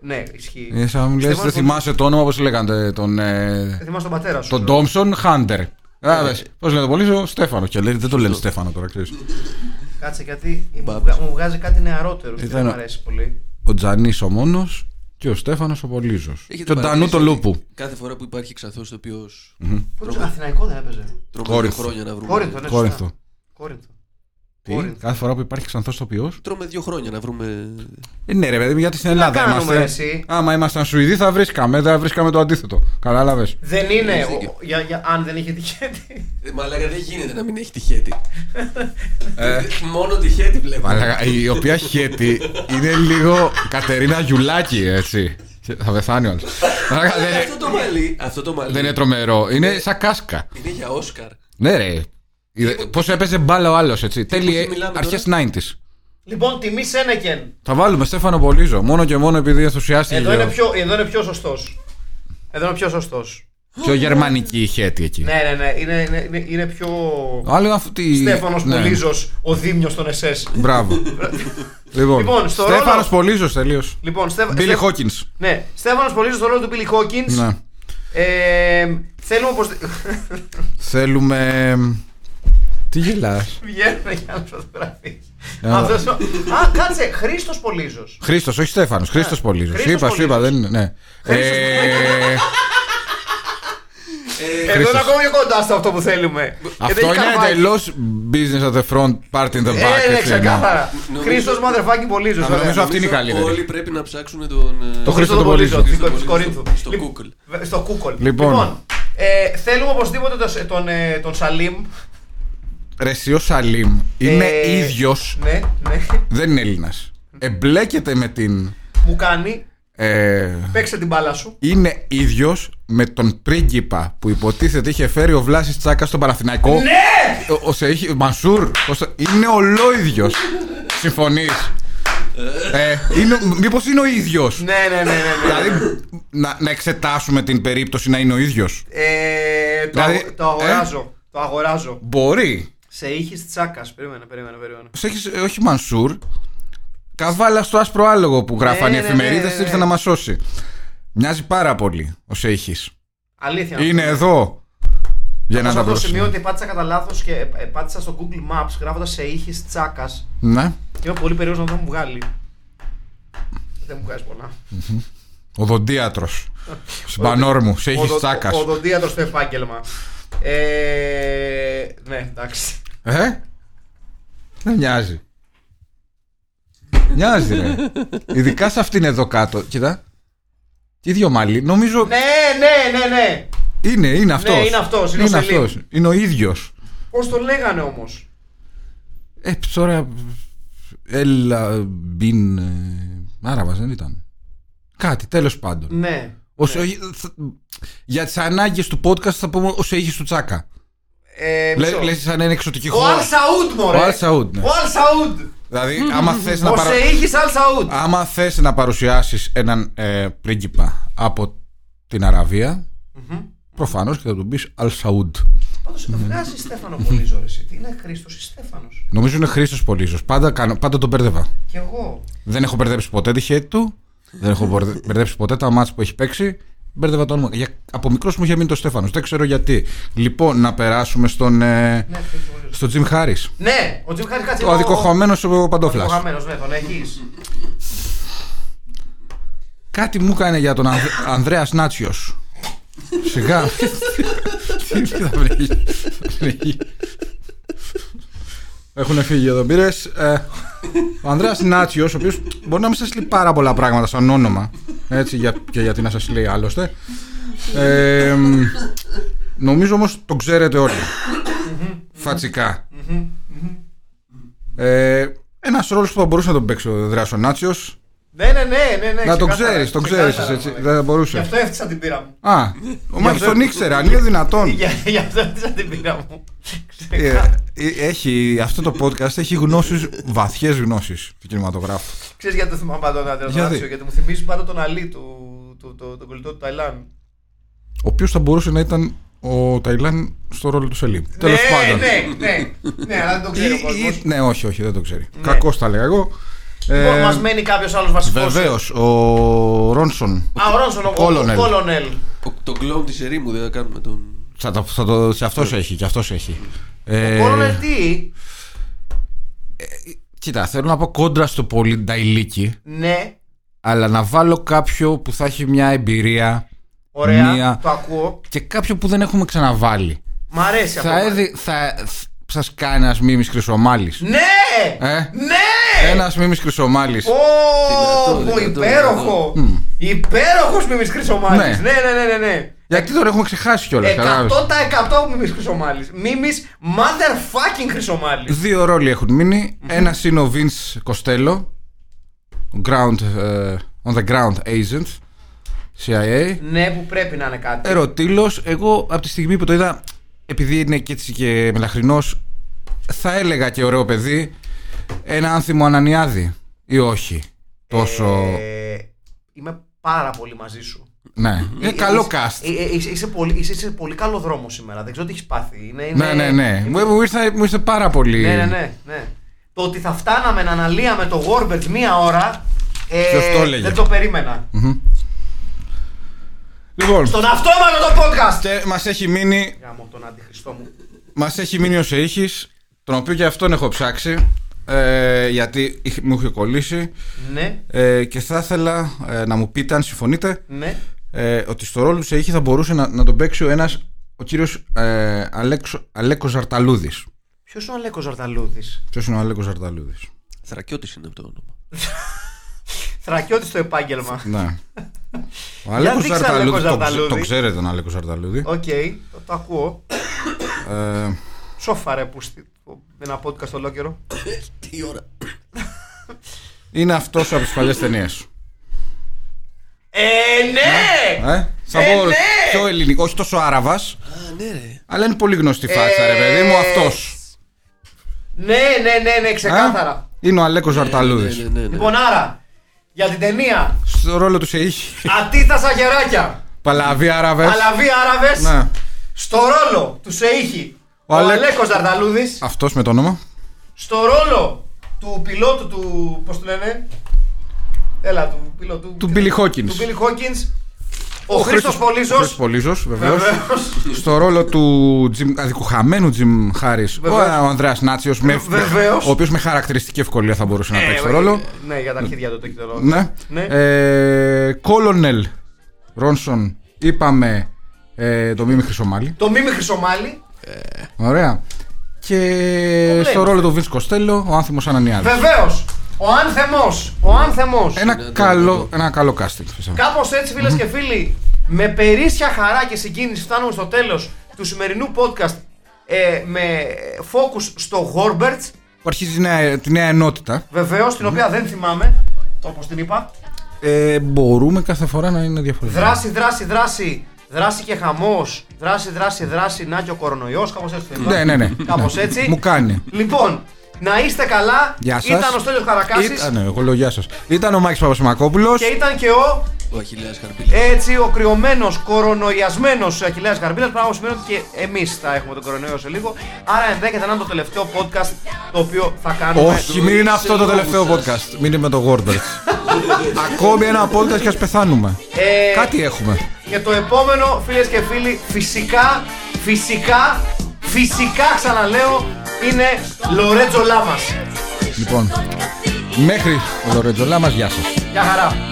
S3: Ναι, ισχύει.
S4: Είναι Ναι. ε, σαν να μου λες,
S3: Στέφανος
S4: δεν θυμάσαι το όνομα, όπως λέγανε τον. ε,
S3: Δεν θυμάσαι τον πατέρα σου.
S4: τον Ντόμσον Χάντερ.
S3: Ε.
S4: Πώ λένε τον Πολύζο, Στέφανο. Και λέει, δεν το λένε Στέφανο τώρα, ξέρεις.
S3: Κάτσε γιατί μου,
S5: Μπάμπης.
S3: βγα- μου βγάζει κάτι νεαρότερο. και
S4: Ήταν
S3: Δεν μου
S4: ο-
S3: αρέσει πολύ.
S4: Ο Τζανή ο μόνος και ο Στέφανος ο Πολύζο. Και τον Τανού τον Λούπου.
S5: Κάθε φορά που υπάρχει ξαθό το οποίος.
S3: Πού το Αθηναϊκό δεν έπαιζε.
S5: Τρώμε
S4: Κόρινθο.
S5: δύο χρόνια να βρούμε.
S3: Κόρινθο, ναι.
S4: Κόρινθο.
S3: σωστά. Κόρινθο.
S4: Τι,
S3: Κόρινθο.
S4: κάθε φορά που υπάρχει ξανθός τοπίο.
S5: Τρώμε δύο χρόνια να βρούμε.
S4: Ε, ναι, ρε παιδί μου, γιατί στην Ελλάδα
S3: κάνουμε,
S4: είμαστε.
S3: εσύ.
S4: Άμα ήμασταν Σουηδοί θα βρίσκαμε, δεν θα βρίσκαμε το αντίθετο. Κατάλαβε.
S3: Δεν είναι.
S5: Έχεις
S3: ο-
S5: δίκιο.
S3: για, για, αν δεν είχε τυχαίνει.
S5: Ε, Μαλάκα δεν γίνεται να μην έχει τυχέτη. Μόνο τυχέτη βλέπω.
S4: Ε. Μαλάκα, η οποία χέτη είναι λίγο Κατερίνα Γιουλάκη, έτσι. Θα πεθάνει όλος.
S5: Ε, Αυτό το μαλλί. Αυτό το μαλλί.
S4: Δεν είναι τρομερό. Είναι σαν κάσκα.
S5: Είναι για Όσκαρ.
S4: Ναι, ρε. Πώς έπαιζε μπάλα ο άλλος, έτσι. Τέλειε
S5: μιλάμε
S4: αρχές 90s.
S3: λοιπόν, τιμή Σένεκεν.
S4: Θα βάλουμε Στέφανο Πολύζο. Μόνο και μόνο επειδή ενθουσιάστηκε.
S3: Εδώ
S4: και
S3: είναι
S4: ο-
S3: πιο, εδώ είναι πιο σωστός. Εδώ είναι πιο σωστός.
S4: πιο γερμανική η χέτη εκεί.
S3: Ναι, ναι, ναι. Είναι, είναι, είναι, είναι πιο.
S4: Ο άλλος είναι αυτή.
S3: Στέφανος
S4: ναι.
S3: Πολύζος, ο Δήμιος των ΕΣΕΣ.
S4: Μπράβο. λοιπόν,
S3: Λοιπόν, στο
S4: Στέφανο
S3: ρόλο-
S4: Πολύζο τελείως.
S3: Λοιπόν, Στέφ...
S4: Μπίλι
S3: Στέφ-
S4: Χόκκιν.
S3: Ναι, Στέφανος Πολύζος στο ρόλο του Billy Hawkins.
S4: Ναι.
S3: Ε, θέλουμε όπως...
S4: Θέλουμε. Τι γελάς
S3: Βγαίνουν για να φωτογραφίε.
S4: Α.
S3: Αυτός ο- Α, κάτσε, Χρήστος Πολύζο.
S4: Χρήστος, όχι Στέφανος. Χρήστος Πολύζο. Σου
S3: Ναι. Χρήστος
S4: είπα, σου είπα,
S3: Πολύζος.
S4: δεν είναι. Ναι.
S3: Χρήστος
S4: Ε,
S3: Ε, Εδώ είναι
S4: Χρήστος.
S3: ακόμη πιο κοντά στο αυτό που θέλουμε. Ε,
S4: Αυτό είναι εντελώς business at the front, part in the back.
S3: Ε, ναι,
S4: έτσι, ναι.
S3: ξεκάθαρα.
S5: Νομίζω-
S3: Χρήστο Motherfucking Πολύζο.
S4: Α, νομίζω αυτή είναι η καλύτερη.
S5: Όλοι πρέπει να ψάξουν τον. ε,
S4: Το Χρήστο
S3: τον
S4: τον Πολύζο.
S3: Πολύζο.
S5: Χρήστο
S3: Της Κορίνθου.
S5: Πολύζο. Στο
S3: Λοιπόν,
S5: Google.
S3: βε- Στο Google.
S4: Λοιπόν.
S3: ε, θέλουμε οπωσδήποτε τον, τον, ε, τον Σαλίμ.
S4: Ρεσίο Σαλίμ είναι
S3: Ε,
S4: ίδιος,
S3: Ναι, ναι.
S4: δεν είναι Έλληνας. Εμπλέκεται με την.
S3: Μου κάνει.
S4: ε,
S3: Παίξε την μπάλα σου.
S4: είναι ίδιος με τον πρίγκιπα που υποτίθεται είχε φέρει ο Βλάσης Τσάκας στον Παραθυνακό. Ναι! Ο, ο Σεΐχ- ο Μανσούρ. ο Σα- είναι ολόιδιος. Συμφωνείς. ε, Μήπως είναι ο ίδιος.
S3: Ναι, ναι, ναι, ναι. ναι.
S4: Δηλαδή, να, να εξετάσουμε την περίπτωση να είναι ο ίδιος.
S3: Ε, το,
S4: Δηλαδή,
S3: αγο- το αγοράζω. Το αγοράζω.
S4: Μπορεί.
S3: Σε ήχης τσάκας. Περίμενε, περίμενε, περίμενε.
S4: Σε έχεις, ε, όχι Μανσούρ. Καβάλα στο άσπρο άλογο που γράφανε
S3: Ναι,
S4: οι
S3: ναι,
S4: εφημερίδες
S3: ναι, ναι, ναι.
S4: ήρθε να μας σώσει. Μοιάζει πάρα πολύ ο Σέιχη.
S3: Αλήθεια.
S4: Είναι εδώ για να
S3: Σε
S4: τα
S3: αυτό το σημείο
S4: προσφέρει.
S3: ότι πάτησα κατά λάθος και ε, ε, πάτησα στο Google Maps γράφοντας σε ήχης τσάκας.
S4: Ναι.
S3: Είμαι πολύ περίεργος να δω αν μου βγάλει. Δεν μου βγάζει πολλά.
S4: Οδοντίατρο. Σπανόρμου. Σε έχει
S3: Οδο-
S4: τσάκας.
S3: ο- Οδοντίατρος στο επάγγελμα. Ε, ναι, εντάξει.
S4: Ε? Δεν μοιάζει. Μοιάζει, ρε. Ειδικά σε αυτήν εδώ κάτω. Κοίτα. Τι δύο μαλλί. Νομίζω
S3: Ναι, ναι, ναι, ναι.
S4: είναι, είναι αυτός.
S3: είναι αυτός, είναι ο
S4: Είναι,
S3: Σελίμ.
S4: αυτός. είναι ο ίδιος.
S3: Πώς το λέγανε όμως.
S4: Ε, τώρα. Έλα. Μπιν. ε, Άραβας δεν ήταν. Κάτι, τέλος πάντων.
S3: Ναι.
S4: Ο Σεϊ- θα- Για τις ανάγκες του podcast θα πούμε ο Σεϊχη του Τσάκα.
S3: Ε,
S4: Λε
S3: μισό.
S4: λες σαν ένα εξωτική
S3: ο
S4: χώρα.
S3: Αλ Σαούντ, μωρέ.
S4: Ο Αλ Σαούντ, ναι.
S3: Ο Αλ Σαούντ.
S4: Δηλαδή, άμα θες να
S3: Ο
S4: παρα...
S3: Σεήχης Αλ Σαούντ.
S4: Άμα θες να παρουσιάσεις έναν ε, πρίγκιπα από την αραβια προφανώς και θα του πεις Αλ Σαούντ.
S3: Πάντως ε, βγάζει Στέφανο Πολύζο, ρε. εσύ. Τι είναι Χρήστος ή Στέφανος.
S4: Νομίζω είναι Χρήστος Πολύζος. Πάντα, κάνω, πάντα τον μπέρδευα.
S3: Κι εγώ.
S4: Δεν έχω μπερδέψει ποτέ τη χέτη του. Δεν έχω μπορδε- μπερδέψει ποτέ τα μάτια που έχει παίξει. Μπέρδευα το όνομα. Για, από μικρός μου είχε μείνει το Στέφανος. Δεν ξέρω γιατί. Λοιπόν, να περάσουμε στον. Ε,
S3: Ναι, Χρήστος Πολύζος.
S4: στον Τζιμ Χάρις
S3: Ναι, ο Τζιμ Χάρις κάτσε.
S4: Ο αδικοχωμένο ο
S3: Ο
S4: Παντόφλας.
S3: χαμένο, ναι, τον έχεις.
S4: Κάτι μου έκανε για τον Ανδ- Ανδρέας Νάτσιος. Σιγά. Τι θα βρει. Έχουν φύγει εδώ πύρε. Ο Ανδρέας Νάτσιο, ο οποίος μπορεί να μην σας λέει πάρα πολλά πράγματα σαν όνομα. Έτσι, για- και γιατί να σας λέει άλλωστε. Ε, μ, νομίζω όμως τον ξέρετε όλοι. Φατσικά. Ε, Ένας ρόλος που θα μπορούσε να τον παίξει ο Ανδρέας Νάτσιος.
S3: Ναι, ναι, ναι, ναι. ναι
S4: Να τον
S3: ξεκάθαρα,
S4: ξέρεις, τον ξέρει.
S3: ξεκάθαρα,
S4: Έτσι,
S3: μωρέ.
S4: δεν θα
S3: Γι'
S4: μπορούσε.
S3: αυτό έφτιαξα την πύρα μου.
S4: Α, ο Μάκης τον ήξερε, αν είναι δυνατόν.
S3: Για- Γι' αυτό έφτιαξα την πύρα μου.
S4: Ε,
S3: Ξεκάθαρα.
S4: ε, έχει, αυτό το podcast έχει γνώσεις, βαθιές γνώσεις του κινηματογράφου.
S3: Ξέρεις γιατί το θυμάμαι πάντα τον Άντρε
S4: Γιατί?
S3: Νάτσιο, γιατί μου θυμίζει πάντα τον Αλή, του, του, του, τον κολλητό του Ταϊλάν.
S4: Ο οποίος θα μπορούσε να ήταν ο Ταϊλάν στο ρόλο του Σελίμ. Τέλος
S3: ναι,
S4: πάντων.
S3: Ναι, ναι, ναι, αλλά δεν το
S4: Ή-
S3: ξέρει ο
S4: ή-
S3: κόσμος.
S4: ναι, όχι, όχι, δεν το ξέρει. Κακός τα λέγα εγώ.
S3: Λοιπόν,
S4: Ε,
S3: μας μένει κάποιος άλλος βασικός.
S4: βεβαίως, ο Ρόνσον.
S3: Α, ο Ρόνσον, ο
S4: Κόλονελ.
S3: Κόλονελ.
S5: Ο- Το κλόουν τη ερήμου δεν θα κάνουμε τον.
S4: Θα το, θα το, σε αυτός έχει, και αυτός έχει. Ε,
S3: Κόλονελ τι,
S4: κοίτα, θέλω να πω κόντρα στο πολύ Νταϊλίκι.
S3: ναι,
S4: αλλά να βάλω κάποιο που θα έχει μια εμπειρία
S3: ωραία,
S4: Μία.
S3: το ακούω.
S4: και κάποιο που δεν έχουμε ξαναβάλει.
S3: Μ' αρέσει
S4: Θα,
S3: αυτό.
S4: έδει, θα σας κάνει ένας μίμης Χρυσομάλης.
S3: Ναι!
S4: Ε?
S3: Ναι!
S4: Ένας μίμης Χρυσομάλης.
S3: Ω,
S5: Δυνατό,
S3: πω,
S5: δυνατό,
S3: υπέροχο! Υπέροχος Μιμής Χρυσομάλης.
S4: Ναι.
S3: Ναι, ναι, ναι, ναι, ναι.
S4: Γιατί τώρα έχουμε ξεχάσει
S3: Ε,
S4: κιόλας. καταλάβεις.
S3: 100% Μιμής Χρυσομάλης. Μιμής motherfucking Χρυσομάλης.
S4: Δύο ρόλοι έχουν μείνει. Ένας είναι ο Vince Κοστέλο, ground, ε, on the ground agent, CIA.
S3: Ναι, που πρέπει να είναι κάτι.
S4: Ερωτήλος, εγώ από τη στιγμή που το είδα, επειδή είναι και έτσι και μελαχρινός, θα έλεγα και ωραίο παιδί, ένα άνθιμο Ανανιάδη ή όχι. Τόσο.
S3: Ε, είμαι πάρα πολύ μαζί σου.
S4: ναι. Είναι καλό cast.
S3: Ε, ε, ε, είσαι, είσαι πολύ, είσαι σε πολύ καλό δρόμο σήμερα. Δεν ξέρω τι έχεις πάθει. Είναι, είναι,
S4: ναι, ναι, ναι.
S3: είναι-
S4: Μου, μου ήρθε, μου ήρθε πάρα πολύ.
S3: ε, ναι, ναι, ναι, ναι. Το ότι θα φτάναμε να αναλύαμε το Warberg μία ώρα. ε,
S4: Ποιος το έλεγε.
S3: δεν το περίμενα.
S4: Λοιπόν,
S3: Στον αυτόματο το podcast!
S4: και μας έχει μείνει,
S3: Γάμο τον αντιχριστό μου.
S4: μας έχει μείνει ο Σεήχης Τον οποίο και αυτόν έχω ψάξει. Ε, γιατί είχε- μου είχε κολλήσει
S3: Ναι,
S4: ε, και θα ήθελα ε, να μου πείτε αν συμφωνείτε
S3: ναι.
S4: ε, ότι στο ρόλο που σε είχε θα μπορούσε να, να τον παίξει ο ένας ο κύριος ε, Αλέξο, Αλέκος Ζαρταλούδης
S3: Ποιος είναι ο Αλέκος Ζαρταλούδης.
S4: Ποιος είναι ο Αλέκος Ζαρταλούδης
S5: Θρακιώτης είναι αυτό το όνομα.
S3: Θρακιώτη στο επάγγελμα.
S4: Ναι. Ο Αλέκος
S3: δείξε
S4: Ζαρταλούδης,
S3: Αλέκος
S4: τον, ξε-
S3: Ζαρταλούδη.
S4: τον ξέρετε τον Αλέκο Ζαρταλούδη.
S3: Οκ, το, το ακούω.
S4: Ε,
S3: Σόφαρε που στη, ένα podcast στο ολόκληρο.
S5: Τι ώρα.
S4: είναι αυτός από τις παλιές ταινίες.
S3: Ε, ναι!
S4: Ε, θα
S3: Ε,
S4: πω
S3: ναι!
S4: πιο ελληνικό, όχι τόσο Άραβας,
S5: Α, ναι, ρε.
S4: αλλά είναι πολύ γνωστή φάτσα ρε παιδί
S3: Ε,
S4: μου, αυτός.
S3: Ναι, ναι, ναι, ναι,
S4: Ε,
S3: ξεκάθαρα.
S4: Είναι ο Αλέκος Ζαρταλούδης.
S5: Ναι, ναι, ναι.
S3: Λοιπόν, άρα, για την ταινία
S4: Στο ρόλο τους σε είχε
S3: Ατίθα Σαγεράκια,
S4: Παλαβή Άραβες.
S3: Παλαβή Άραβες,
S4: Ε, Ναι.
S3: στο ρόλο του Σεήχη ο,
S4: Ο
S3: ο
S4: Αλέ-
S3: Αλέκο Ζαρταλούδη,
S4: Αυτός με το όνομα.
S3: στο ρόλο του πιλότου του. Πώς του λένε, Έλα, του πιλότου.
S4: Του Billy Hawkins.
S3: Του Billy Hawkins, ο, Χρήστος Χρήστος
S4: Χρήστος
S3: Πολύζο.
S4: Πολύζος, βεβαίως. Στο ρόλο του Jim, αδικοχαμένου Jim Harris, ο,
S3: Βεβαίως. Ε,
S4: ο Ανδρέας Νάτσιος, με,
S3: Βεβαίως.
S4: ο οποίος με χαρακτηριστική ευκολία θα μπορούσε να παίξει το ρόλο.
S3: Ναι, για τα αρχίδια του το έχει το ρόλο.
S4: Ναι.
S3: Ναι.
S4: Ε, Colonel Ronson, είπαμε ε, το Μίμη Χρυσομάλη.
S3: Το Μίμη Χρυσομάλη,
S4: Ωραία. Και
S3: Το
S4: στο
S3: Blade.
S4: ρόλο του Vince Costello, ο Άνθιμος Ανανιάδης.
S3: βεβαίως. Ο Άνθεμος, ο Άνθεμος.
S4: Ένα καλό, ένα καλό casting. φυσικά.
S3: Κάπως έτσι, φίλες και φίλοι, με περίσσια χαρά και συγκίνηση φτάνουμε στο τέλος του σημερινού podcast ε, με focus στο Horbert,
S4: Αρχίζει τη νέα, τη νέα ενότητα.
S3: βεβαίως, την οποία δεν θυμάμαι, όπως την είπα.
S4: Ε, μπορούμε κάθε φορά να είναι διαφορετικά.
S3: Δράση, δράση, δράση, δράση και χαμός. Δράση, δράση, δράση, να και ο κορονοϊός, κάπως έτσι το θυμάμαι.
S4: Ναι, ναι, ναι.
S3: Κάπως
S4: Ναι.
S3: έτσι.
S4: Μου κάνει.
S3: Λοιπόν, να είστε καλά.
S4: Γεια σας.
S3: Ήταν ο Στέλιος Χαρακάσης
S4: Ήταν, ναι, εγώ λέω γεια σας. Ήταν ο Μάκης Παπασημακόπουλος.
S3: και ήταν και ο
S5: Ο Αχιλέα Χαρπίλη.
S3: Έτσι, ο κρυωμένος, κορονοϊασμένος Αχηλέα Γαρμπίλα, πράγμα που σημαίνει ότι και εμείς θα έχουμε τον κορονοϊό σε λίγο. Άρα ενδέχεται να είναι το τελευταίο podcast το οποίο θα κάνουμε.
S4: Όχι, μην είναι αυτό το τελευταίο podcast. Μην είναι με το Gordon. Ακόμη ένα podcast και ας πεθάνουμε.
S3: Ε,
S4: Κάτι έχουμε.
S3: Και το επόμενο, φίλες και φίλοι, φυσικά, φυσικά, φυσικά ξαναλέω, είναι Λορέτζο Λάμας.
S4: Λοιπόν, μέχρι ο Λορετζολά μας, γεια σας.
S3: Γεια χαρά.